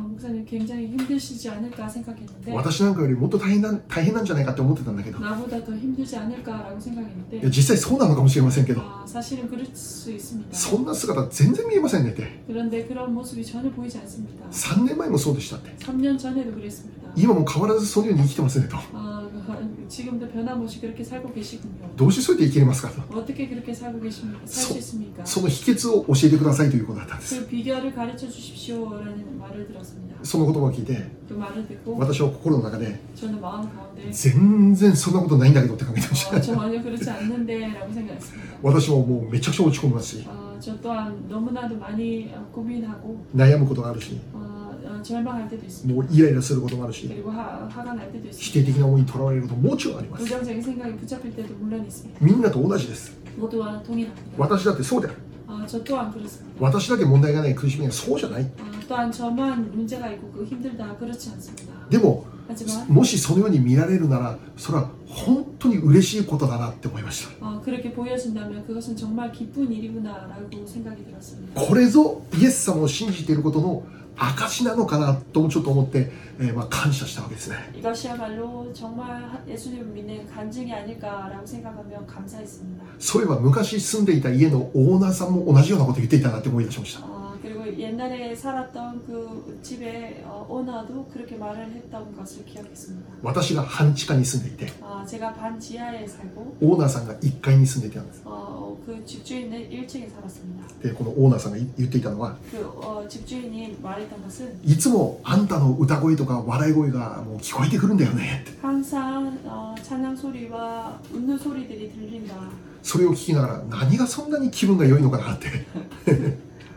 Speaker 2: 목사님 굉장히 힘드시지 않을까 생각했는데
Speaker 1: 私なんかよりもっと大変な大変なんじゃないかって思ってたんだけどい
Speaker 2: 나보다 더 힘들지 않을까라고 생각했는데
Speaker 1: や実際そうなのかもしれませんけど
Speaker 2: 아, 사실은 그럴 수 있습니다.
Speaker 1: そんな姿全然見えませんねって
Speaker 2: 그런데 그런 모습이 전혀 보이지 않습니다.
Speaker 1: 3年前もそうでしたって
Speaker 2: 3년 전에도 그랬습니다.
Speaker 1: 今も変わらずそのように生きてますねと
Speaker 2: 아, 그, 지금도 변함없이 그렇게 살고 계시군요.
Speaker 1: どうしてそうやって生きれますかと
Speaker 2: 어떻게 그렇게 살고 계십니까? 살 수
Speaker 1: 소-
Speaker 2: 있습니까?
Speaker 1: その秘訣を教えてくださいということだったんです
Speaker 2: 그 비결을 가르쳐 주십시오라는 말을 들었습니다.
Speaker 1: その言葉を聞いて
Speaker 2: 그 말을 듣고
Speaker 1: 私は心の中で
Speaker 2: 저는 마음 가운데
Speaker 1: 全然そんなことないんだけどって考えてまし
Speaker 2: 어,
Speaker 1: た
Speaker 2: 전혀 그렇지 않는데라고 생각했습니다.
Speaker 1: 私ももうめちゃくちゃ落ち込みますし
Speaker 2: 어, 저 또한 너무나도 많이 어, 고민하고
Speaker 1: 悩むことがあるし
Speaker 2: 어, 어, 절망할 때도 있습니다.
Speaker 1: もうイライラすることもあるし
Speaker 2: 그리고 화, 화가 날 때도
Speaker 1: 否定
Speaker 2: 있습니다.
Speaker 1: 的な思いにとらわれることももちろんあります
Speaker 2: 부정적인 생각이 붙잡힐 때도 물론 있습니다.
Speaker 1: みんなと同じです
Speaker 2: 모두와 동일합니다.
Speaker 1: 私だってそうである
Speaker 2: 어, 저 또한 그렇습니다.
Speaker 1: 私だけ問題がない苦しみはそうじゃない。
Speaker 2: 어, 또한 저만 문제가 있고 그 힘들다 그렇지 않습니다.
Speaker 1: でも、
Speaker 2: 하지만
Speaker 1: もしそのように見られるなら、それは本当に嬉しいことだなって思いました。
Speaker 2: 어, 그렇게 보여진다면 그것은 정말 기쁜 일이구나라고 생각이 들었습니다.
Speaker 1: これぞイエス様を信じていることの証なのかなともちょっと思って、えーまあ感謝したわけですね。
Speaker 2: 이것이야말로 정말 하- 예수님을 믿는 간증이 아닐까라고 생각하며 감사했습니다.
Speaker 1: そういえば昔住んでいた家のオーナーさんも同じようなこと言っていたなって思い出しました。
Speaker 2: 어, 그리고 그 옛날에 살았던 그 집의 어, 오너도 그렇게 말을 했던 것을 기억했습니다.
Speaker 1: 私が半地下に住んでいて
Speaker 2: 아, 제가 반 지하에 살고
Speaker 1: オーナーさんが1階に住んでいたんです
Speaker 2: 어, 그 집주인은 1층에 살았습니다.
Speaker 1: でこのオーナーさんが言っていたのは
Speaker 2: 그 어, 집주인이 말했던 것은
Speaker 1: いつもあんたの歌声とか笑い声がもう聞こえてくるんだよねって
Speaker 2: 항상 어, 찬양 소리와 웃는 소리들이 들린다.
Speaker 1: それを聞きながら何がそんなに気分が良いのかなって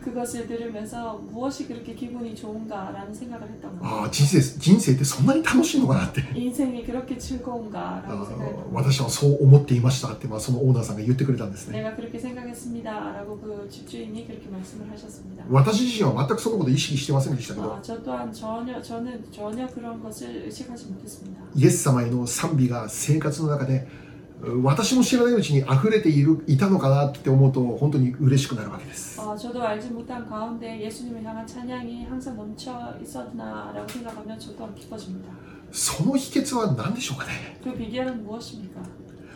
Speaker 2: 그것을 들으면서 무엇이 그렇게 기분이 좋은가라는 생각을 했던 거예요.
Speaker 1: ああ人生人生ってそんなに楽しいのかなって
Speaker 2: 인생이 그렇게
Speaker 1: あ
Speaker 2: 즐거운가라고
Speaker 1: の
Speaker 2: 생각했던 거예요.
Speaker 1: 私はそう思っていましたって、まあ、そのオーナーさんが言ってくれたんですね
Speaker 2: 내가 그렇게 생각했습니다라고 그 집주인이 그렇게 말씀을 하셨습니다.
Speaker 1: 私自身は全くそのこと意識してませんでしたけど
Speaker 2: 아, 저 또한 전혀 저는 전혀 그런 것을 의식하지 못했습니다.
Speaker 1: イエス様への賛美が生活の中でう私も知らないうちに溢れているいたのかなって思うと本当に嬉しくなるわけです
Speaker 2: 어, 저도 알지 못한 가운데 예수님을 향한 찬양이 항상 넘쳐 있었나라고 생각하면 저 또한 기뻐집니다.
Speaker 1: その秘訣は何でしょうかね
Speaker 2: 그 비결은 무엇입니까?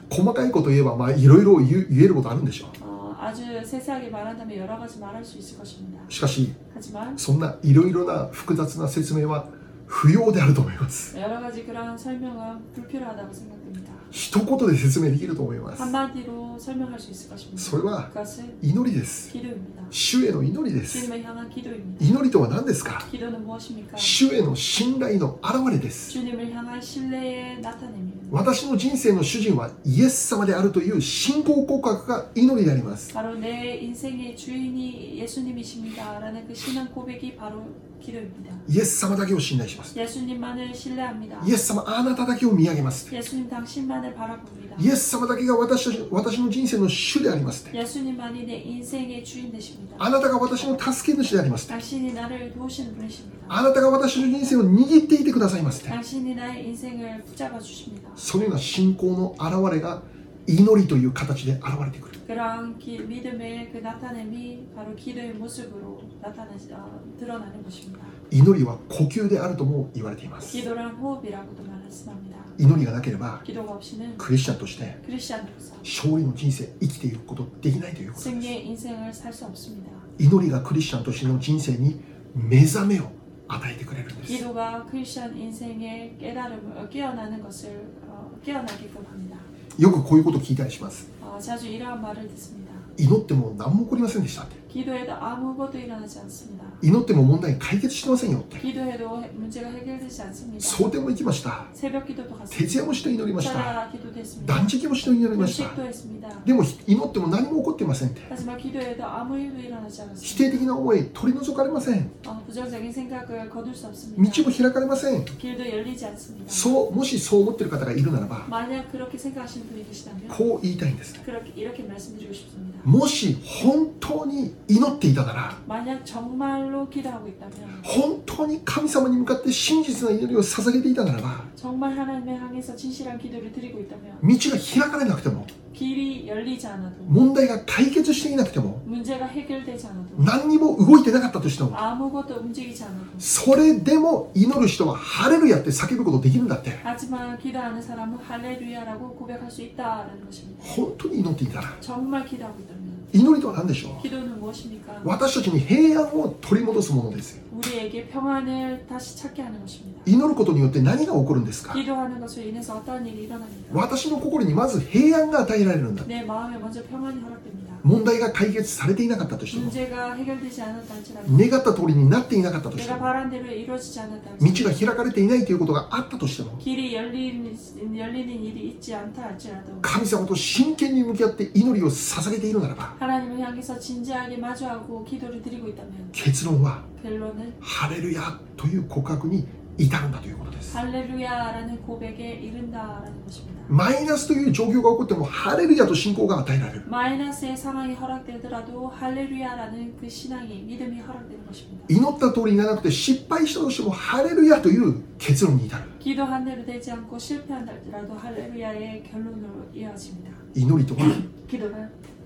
Speaker 1: 細かいこと言えばまあいろいろ言う言えることあるんでしょ
Speaker 2: 어, 아주 세세하게 말한다면 여러 가지 말할 수 있을 것입니다.
Speaker 1: うしかし
Speaker 2: 하지만
Speaker 1: そんないろいろな複雑な説明は不要であると思います
Speaker 2: 여러 가지 그러한 설명은 불필요하다고 생각됩니다.
Speaker 1: 一言で説明できると思います
Speaker 2: 한마디로 설명할 수 있을 것입니다.
Speaker 1: それは
Speaker 2: 그것은
Speaker 1: 祈りです
Speaker 2: 기도입니다.
Speaker 1: 主への祈りです。
Speaker 2: 주님을 향한 기도입니다.
Speaker 1: 祈りとは何ですか
Speaker 2: 기도는 무엇입니까?
Speaker 1: 主への信頼の表れです。
Speaker 2: 주님을 향한 신뢰의 나타냄입니다.
Speaker 1: 私の人生の主人はイエス様であるという信仰告白が祈りであります。
Speaker 2: 바로 내 인생의 주인이 예수님이십니다라는 그 신앙 고백이 바로 기도입니다.
Speaker 1: イエス様だけを信頼します。
Speaker 2: 예수님만을 신뢰합니다.
Speaker 1: イエス様、あなただけを見上げます。
Speaker 2: 예수님 당신만을 바라봅니다.
Speaker 1: イエス様だけが私たち私の人生の主であります。
Speaker 2: 예수님만이 내 인생의 주인 되십니다.
Speaker 1: あなたが私の助け主であります。
Speaker 2: 당신이 나를 도우시는 분이십니다.
Speaker 1: あなたが私の人生を握っていてくださいます。
Speaker 2: 당신이 나의 인생을 붙잡아 주십니다.
Speaker 1: そのような信仰の表れが祈りという形で現れてくる。
Speaker 2: 그러한 기- 믿음의 그 나타냄이 바로 기도의 모습으로 나타나 어, 드러나는 것입니다.
Speaker 1: 祈りは呼吸であるとも言われています。
Speaker 2: 기도란 호흡이라고도 말씀합니다.
Speaker 1: 祈りがなければ
Speaker 2: 기도가 없이는
Speaker 1: クリスチャンとして
Speaker 2: 크리스천으로서
Speaker 1: 勝利の人生生きていくことできないということです
Speaker 2: 승리의 인생을 살 수 없습니다.
Speaker 1: 祈りがクリスチャンとしての人生に目覚めを与えてくれるんです
Speaker 2: 기도가 크리스천 인생의 깨달음을 어, 깨어나는 것을 어, 깨어나게끔 합니다.
Speaker 1: よくこういうこと聞いたりします
Speaker 2: 어, 자주 이러한 말을 듣습니다.
Speaker 1: 祈っても何も起こりませんでしたって
Speaker 2: 기도에도 아무것도 일어나지 않습니다.
Speaker 1: 祈っても問題解決してませんよって
Speaker 2: 기도해도 해- 문제가 해결되지 않습니다.
Speaker 1: 蒼天も行きました
Speaker 2: 새벽 기도도
Speaker 1: 徹夜
Speaker 2: 갔습니다.
Speaker 1: もして祈りました
Speaker 2: 라 기도도 했습니다.
Speaker 1: 断食もして祈りました
Speaker 2: 음식도 했습니다.
Speaker 1: でも祈っても何も起こってませんって
Speaker 2: 하지만 기도에도 아무 일도 일어나지
Speaker 1: 否定
Speaker 2: 않았습니다.
Speaker 1: 的な思い取り除かれません
Speaker 2: 어, 부정적인 생각을 거둘 수
Speaker 1: 道も
Speaker 2: 없습니다.
Speaker 1: 開かれません
Speaker 2: 길도 열리지 않습니다.
Speaker 1: そうもしそう思っている方がいるならば
Speaker 2: 만약 그렇게 생각하시는 분이 계시다면
Speaker 1: こう言いたいんです
Speaker 2: 그렇게 이렇게 말씀드리고 싶습니다.
Speaker 1: もし本当に祈っていたなら
Speaker 2: 만약 정말로 기도하고 있다면
Speaker 1: 本当に神様に向かって真実な祈りを捧げていたならば
Speaker 2: 정말 하나님의 향해서 진실한 기도를 드리고 있다면
Speaker 1: 道が開かれなくても
Speaker 2: 길이 열리지 않아도
Speaker 1: 問題が解決していなくても
Speaker 2: 문제가 해결되지 않아도
Speaker 1: 何にも動いてなかったとしても
Speaker 2: 아무것도 움직이지 않아도
Speaker 1: それでも祈る人はハレルヤって叫ぶことできるんだって
Speaker 2: 하지만 기도하는 사람은 할렐루야라고 고백할 수 있다라는 것입니다.
Speaker 1: 本当に祈っていたら
Speaker 2: 정말 기도하고 있다면
Speaker 1: 祈りとは何でしょう
Speaker 2: 기도는 무엇입니까?
Speaker 1: 私たちに平安を取り戻すものですよ
Speaker 2: 우리에게 평안을 다시 찾게 하는 것입니다.
Speaker 1: 祈ることによって何が起こるんですか
Speaker 2: 기도하는 것으로 인해서 어떠한 일이 일어납니까?
Speaker 1: 私の心にまず平安が与えられるんだ
Speaker 2: 내 마음에 먼저 평안이 허락됩니다.
Speaker 1: 問題が解決されていなかったとしても
Speaker 2: 문제가 해결되지 않았다 할지라도
Speaker 1: 願った通りになっていなかったとして
Speaker 2: 내가
Speaker 1: も
Speaker 2: 바란 대로 이루어지지
Speaker 1: 道
Speaker 2: 않았다 할지라도
Speaker 1: が開かれていないということがあったとしても
Speaker 2: 길이 열리는, 열리는 일이 있지 않다 할지라도
Speaker 1: 神様と真剣に向き合って祈りを捧げているならば
Speaker 2: 하나님을 향해서 진지하게 마주하고 기도를 드리고 있다면
Speaker 1: 結論は
Speaker 2: 결론은
Speaker 1: ハレルヤという告白に至るんだということです
Speaker 2: 할렐루야라는 고백에 이른다라는 것입니다.
Speaker 1: マイナスという状況が起こってもハレルヤと信仰が与えられる
Speaker 2: 마이너스의 상황이 허락되더라도 할렐루야라는 그 신앙이 믿음이 허락되는 것입니다.
Speaker 1: 祈った通りにならなくて失敗したとしてもハレルヤという結論に至る
Speaker 2: 기도한 대로 되지 않고 실패한다라도 할렐루야의 결론으로 이어집니다.
Speaker 1: 祈りとは
Speaker 2: 기도는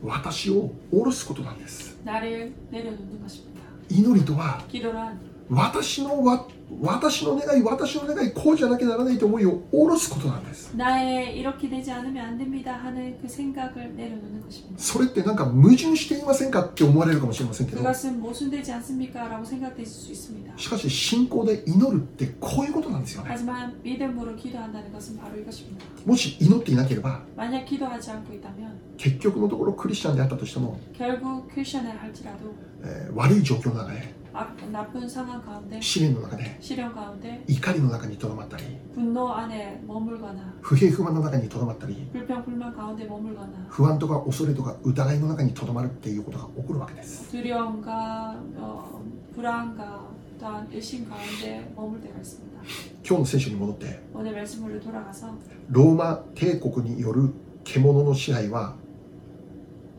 Speaker 1: 私を下ろすことなんです
Speaker 2: 나를 내려놓는 것입니다.
Speaker 1: 祈りとは
Speaker 2: 기도란
Speaker 1: 私のわ私の願い私の願いこうじゃなきゃならないと思いを下ろすことなんです
Speaker 2: 나의 이렇게 되지 않으면 안 됩니다 하는 그 생각을 내려놓는 것입니다.
Speaker 1: それってなんか矛盾していませんかって思われるかもしれませんけど
Speaker 2: 그것은 모순되지 않습니까? 라고 생각되실 수 있습니다.
Speaker 1: しかし信仰で祈るってこういうことなんですよね
Speaker 2: 하지만 믿음으로 기도한다는 것은 바로 이것입니다.
Speaker 1: もし祈っていなければ
Speaker 2: 만약 기도하지 않고 있다면
Speaker 1: 結局のところクリスチャンであったとしても、
Speaker 2: 결국 크리스천을 할지라도
Speaker 1: えー悪い状況の中で
Speaker 2: 악- 나쁜 상황 가운데
Speaker 1: 試練の中で
Speaker 2: 시련 가운데
Speaker 1: 怒りの中にとどまったり
Speaker 2: 분노 안에 머물거나
Speaker 1: 不平不満の中にとどまったり
Speaker 2: 불평 불만 가운데 머물거나
Speaker 1: 不安とか恐れとか疑いの中にとどまるっていうことが起こるわけです
Speaker 2: 두려움과 어, 불안과 또한 의심 가운데 머물 때가 있습니다.
Speaker 1: 今日の聖書に戻って
Speaker 2: 오늘 말씀으로 돌아가서
Speaker 1: ローマ帝国による獣の支配は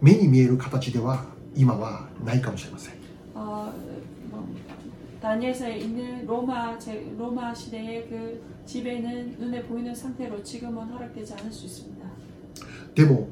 Speaker 1: 目に見える形では今はないかもしれません
Speaker 2: 어, 뭐, 다니엘서에 있는 로마 제, 로마 시대의 그 지배는 눈에 보이는 상태로 지금은 허락되지 않을 수 있습니다.
Speaker 1: でも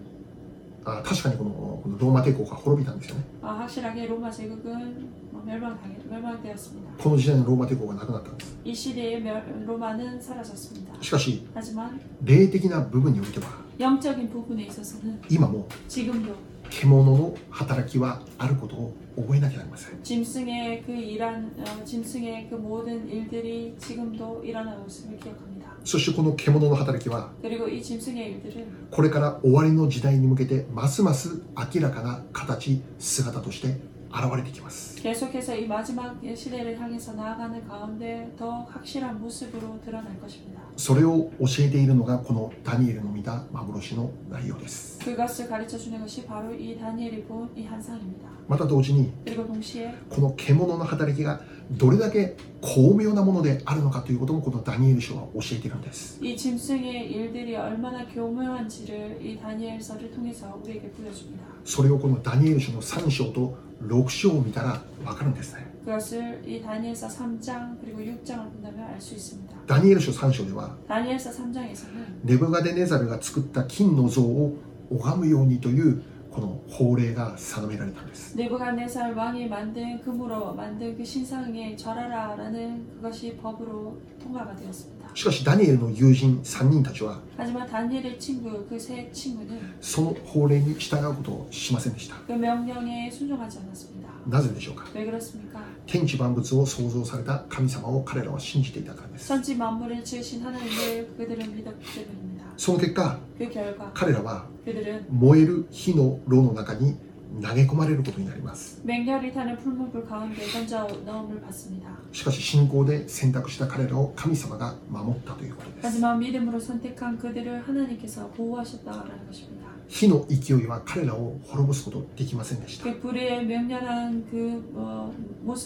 Speaker 1: あ確かにこのこのローマ帝国が滅びたんですよね
Speaker 2: 아, 확실하게 로마 제국은 뭐 멸망당해, 멸망되었습니다.
Speaker 1: この時代のローマ帝国がなくなったんです
Speaker 2: 이 시대에 멸, 로마는 사라졌습니다.
Speaker 1: しかし
Speaker 2: 하지만
Speaker 1: 霊的な部分においては
Speaker 2: 영적인 부분에 있어서는
Speaker 1: 今も
Speaker 2: 지금도
Speaker 1: 獣の働きはあることを覚えなきゃなりません
Speaker 2: 짐승의 그 일한 어, 짐승의 그 모든 일들이 지금도 일어나고 있음을 기억합니다.
Speaker 1: そしてこの獣の働きは
Speaker 2: 그리고 이 짐승의 일들은
Speaker 1: これから終わりの時代に向けてますます明らかな形姿として現れてきます
Speaker 2: 계속해서 이 마지막 시대를 향해서 나아가는 가운데 더 확실한 모습으로 드러날 것입니다.
Speaker 1: それを教えているのがこのダニエルの見た幻の内容です
Speaker 2: 그것을 가르쳐 주는 것이 바로 이 다니엘이 본 이 한상입니다.
Speaker 1: また同時に
Speaker 2: 그리고 동시에
Speaker 1: この獣の働きがどれだけ巧妙なものであるのかということもこのダニエル書は教えているんです
Speaker 2: 이 짐승의 일들이 얼마나 교묘한지를 이 다니엘서를 통해서 우리에게 보여줍니다.
Speaker 1: それをこのダニエル書の3章と6章を見たらわかるんですね
Speaker 2: 그것을 이 다니엘서 3장 그리고 6장을 본다면 알 수 있습니다.
Speaker 1: ダニエル書3章では
Speaker 2: 다니엘서 3장에서는
Speaker 1: ネブガデネザルが作った金の像を拝むようにというこの法令が定められたんです
Speaker 2: 느부갓네살 왕이 만든 금으로 만든 그 신상에 절하라라는 그것이 법으로 통과가 되었습니다.
Speaker 1: しかしダニエルの友人3人たちは
Speaker 2: 하지만 다니엘의 친구 그 세 친구는
Speaker 1: その法令に従うことをしませんでした
Speaker 2: 그 명령에 순종하지 않았습니다.
Speaker 1: なぜでしょうか
Speaker 2: 왜 그렇습니까?
Speaker 1: 天地万物を創造された神様を彼らは信じていたからです
Speaker 2: 천지 만물을 지으신 하나님을 그들은 믿었기 때문입니다.
Speaker 1: その結果
Speaker 2: 그 결과
Speaker 1: 彼らは
Speaker 2: 그들은
Speaker 1: 燃える火の炉の中に投げ込まれることになります
Speaker 2: 맹렬히 타는 풀무불 가운데 던져 넣음을 받습니다.
Speaker 1: しかし信仰で選択した彼らを神様が守ったということです
Speaker 2: 하지만 믿음으로 선택한 그들을 하나님께서 보호하셨다라는 것입니다.
Speaker 1: 火の勢いは彼らを滅ぼすことできませんでした
Speaker 2: 그 불의 맹렬한 그 어,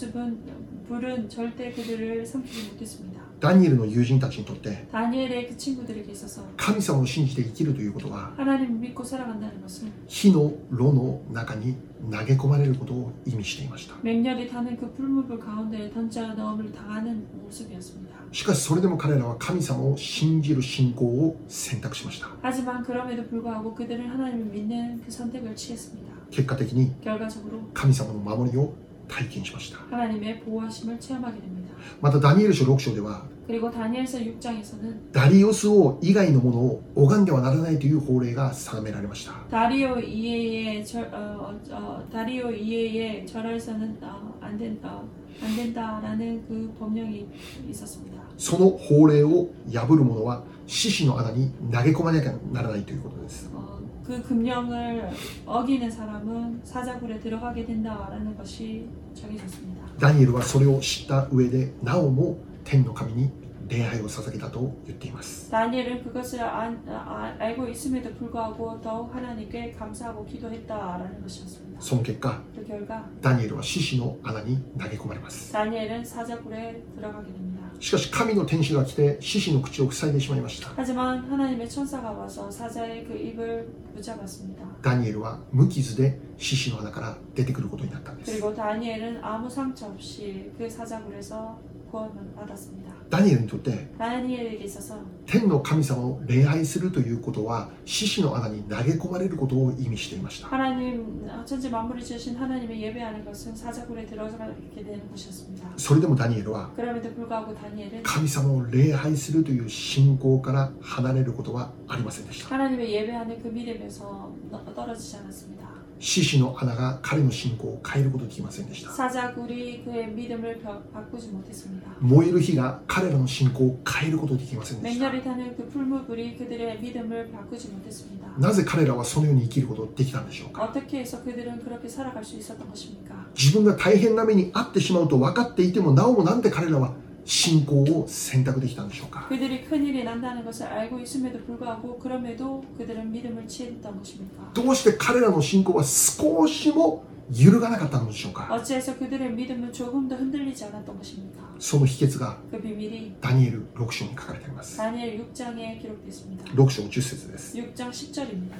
Speaker 2: 모습은 불은 절대 그들을 삼키지 못했습니다.
Speaker 1: ダニエルの友人たちにとって
Speaker 2: 다니엘의 그 친구들에게 있어서
Speaker 1: 神様を信じて生きるということは
Speaker 2: 하나님을 믿고 살아간다는 것은
Speaker 1: 火の炉の中に投げ込まれることを意味していました
Speaker 2: 맹렬히 타는 그 풀무불 가운데 던져 넣음을 당하는 모습이었습니다.
Speaker 1: しかしそれでも彼らは神様を信じる信仰を選択しました
Speaker 2: 하지만 그럼에도 불구하고 그들은 하나님을 믿는 그 선택을 취했습니다.
Speaker 1: 結果的に
Speaker 2: 결과적으로
Speaker 1: 神様の守りを体験しました
Speaker 2: 하나님의 보호하심을 체험하게 됩니다.
Speaker 1: またダニエル書6章では
Speaker 2: 그리고 다니엘서 6장에서는
Speaker 1: ダリオス王以外のものを拝んではならないという法令が定められました
Speaker 2: 다리오 이에의 절, 어, 어, 어, 다리오 이에의 절할서는 어, 안 된다, 안 된다라는 그 법령이 있었습니다.
Speaker 1: その法令を破る者は獅子の穴に投げ込まなきゃならないということです
Speaker 2: 어, 그 금령을 어기는 사람은 사자굴에 들어가게 된다라는 것이 정해졌습니다.
Speaker 1: ダニエルはそれを知った上でなおも天の神に礼拝を捧げたと言っています
Speaker 2: 다니엘은 그것을 안- 아- 알고 있음에도 불구하고 더욱 하나님께 감사하고 기도했다라는 것이었습니다.
Speaker 1: その結果
Speaker 2: 그 결과
Speaker 1: ダニエルは獅子の穴に投げ込まれます
Speaker 2: 다니엘은 사자굴에 들어가게 됩니다.
Speaker 1: しかし神の天使が来て獅子の口を塞いでしまいました
Speaker 2: 하지만 하나님의 천사가 와서 사자의 그 입을 붙잡았습니다.
Speaker 1: ダニエルは無傷で獅子の穴から出てくることになったんです
Speaker 2: 그리고 다니엘은 아무 상처 없이 그 사자굴에서 구원을 받았습니다.
Speaker 1: ダニエルにとって
Speaker 2: 다니엘에게 있어서
Speaker 1: 天の神様を礼拝するということは獅子の穴に投げ込まれることを意味していました
Speaker 2: 하나님 천지 만물을 지으신 하나님을 예배하는 것은 사자굴에 들어가게 되는 것이었습니다.
Speaker 1: それでもダニエルは
Speaker 2: 그럼에도 불구하고 다니엘은
Speaker 1: 神様を礼拝するという信仰から離れることはありませんでした
Speaker 2: 하나님의 예배하는 그 믿음에서 너- 떨어지지 않았습니다.
Speaker 1: 獅子の穴が彼の信仰を変えることできませんでした
Speaker 2: 사자굴이 그의 믿음을 벼- 바꾸지 못했습니다.
Speaker 1: 燃える火が彼らの信仰を変えることできませんでした
Speaker 2: 맹렬히 타는 그 풀무불이 그들의 믿음을 바꾸지 못했습니다.
Speaker 1: なぜ彼らはそのように生きることができたんでしょうか
Speaker 2: 어떻게 해서 그들은 그렇게 살아갈 수 있었던 것입니까?
Speaker 1: 自分が大変な目に遭ってしまうと分かっていてもなおもなんで彼らは信仰を選択できたんでしょうか
Speaker 2: 그들이 큰일이 난다는 것을 알고 있음에도 불구하고 그럼에도 그들은 믿음을 취했던 것입니까?
Speaker 1: どうして彼らの信仰は少しも揺るがなかったのでしょうか
Speaker 2: 어찌해서 그들의 믿음은 조금도 흔들리지 않았던 것입니까?
Speaker 1: その秘訣が
Speaker 2: 그 비밀이
Speaker 1: ダニエル6章に書かれています。
Speaker 2: 다니엘 6장에 기록됐습니다.
Speaker 1: 6章10節です。
Speaker 2: 6장 10절입니다.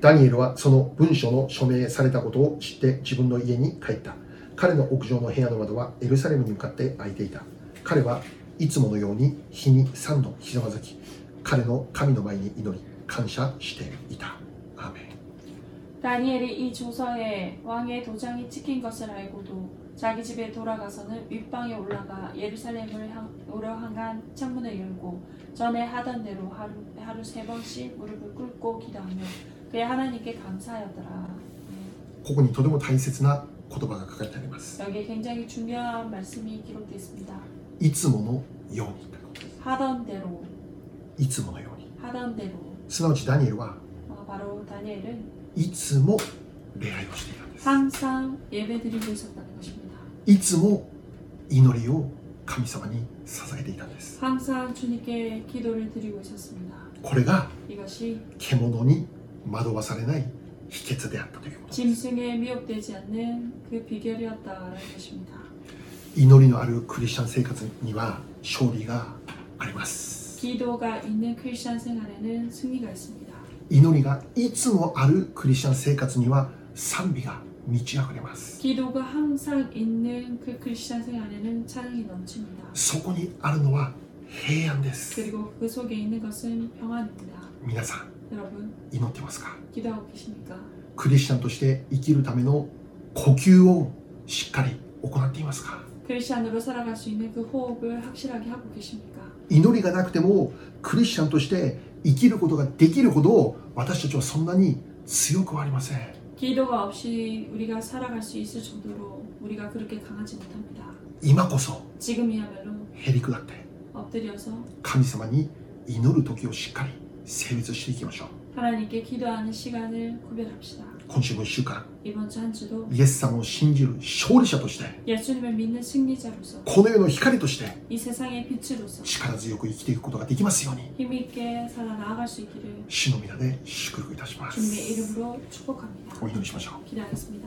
Speaker 1: ダニエルはその文書の署名されたことを知って自分の家に帰った。彼の屋上の部屋の窓はエルサレムに向かって開いていた。彼はいつものように日に3度ひざまずき、彼の神の前に祈り、感謝していた。アーメン
Speaker 2: 다니엘이 이 조서에 왕의 도장이 찍힌 것을 알고도 자기 집에 돌아가서는 윗방에 올라가 예루살렘을 향, 오려 향한 창문을 열고 전에 하던 대로 하루, 하루 세 번씩 무릎을 꿇고 기도하며 그의 하나님께 감사하였더라. 네,
Speaker 1: ここにとても大切な言葉が書かれてあります。
Speaker 2: 여기에 굉장히 중요한 말씀이 기록되어 있습니다.
Speaker 1: いつものようにということで
Speaker 2: 하던 대로,
Speaker 1: す。いつものように。
Speaker 2: 하던 대로.
Speaker 1: すなわちダニエルは
Speaker 2: 어, 바로 다니엘은
Speaker 1: いつも礼拝をしていたんです。
Speaker 2: 항상 예배드리고 있었다는 것입니다.
Speaker 1: いつも祈りを神様に捧げていたんです。
Speaker 2: 항상 주님께 기도를 드리고 있었습니다.
Speaker 1: これが
Speaker 2: 이것이
Speaker 1: 獣に惑わされない秘訣であったということです。
Speaker 2: 짐승에 미혹되지 않는 그 비결이었다라는 것입니다.
Speaker 1: 祈りのあるクリスチャン生活には勝利があります。
Speaker 2: 기도가 있는 크리스천 생활에는 승리가 있습니다.
Speaker 1: 祈りがいつもあるクリスチャン生活には賛美が満ち溢れます。
Speaker 2: 기도가 항상 있는 그 크리스천 생활에는 찬양이 넘칩니다.
Speaker 1: そこにあるのは平安です。
Speaker 2: 그리고 그 속에 있는 것은 평안입니다.
Speaker 1: 皆さん、
Speaker 2: 여러분
Speaker 1: 祈ってますか
Speaker 2: 기도하고 계십니까?
Speaker 1: クリスチャンとして生きるための呼吸をしっかり行っていますか
Speaker 2: 크리스천으로 살아갈 수 있는 그 호흡을 확실하게 하고 계십니까?
Speaker 1: 祈りがなくてもクリスチャンとして生きることができるほど私たちはそんなに強くはありません
Speaker 2: 기도가 없이 우리가 살아갈 수 있을 정도로 우리가 그렇게 강하지 못합니다.
Speaker 1: 今こそ
Speaker 2: 지금이야말로
Speaker 1: へりくだって
Speaker 2: 엎드려서
Speaker 1: 神様に祈る時をしっかり成立していきましょう
Speaker 2: 하나님께 기도하는 시간을 구별합시다.
Speaker 1: 今週も1週間
Speaker 2: 이번 주 한 주도
Speaker 1: イエス様を信じる勝利者として
Speaker 2: 예수님을 믿는 승리자로서
Speaker 1: この世の光として
Speaker 2: 이 세상의 빛으로서
Speaker 1: 力強く生きていくことができますように
Speaker 2: 힘있게 살아 나아갈 수 있기를
Speaker 1: 主の皆で祝福いたします
Speaker 2: 주님의 이름으로 축복합니다.
Speaker 1: お祈りしましょう
Speaker 2: 기도하겠습니다.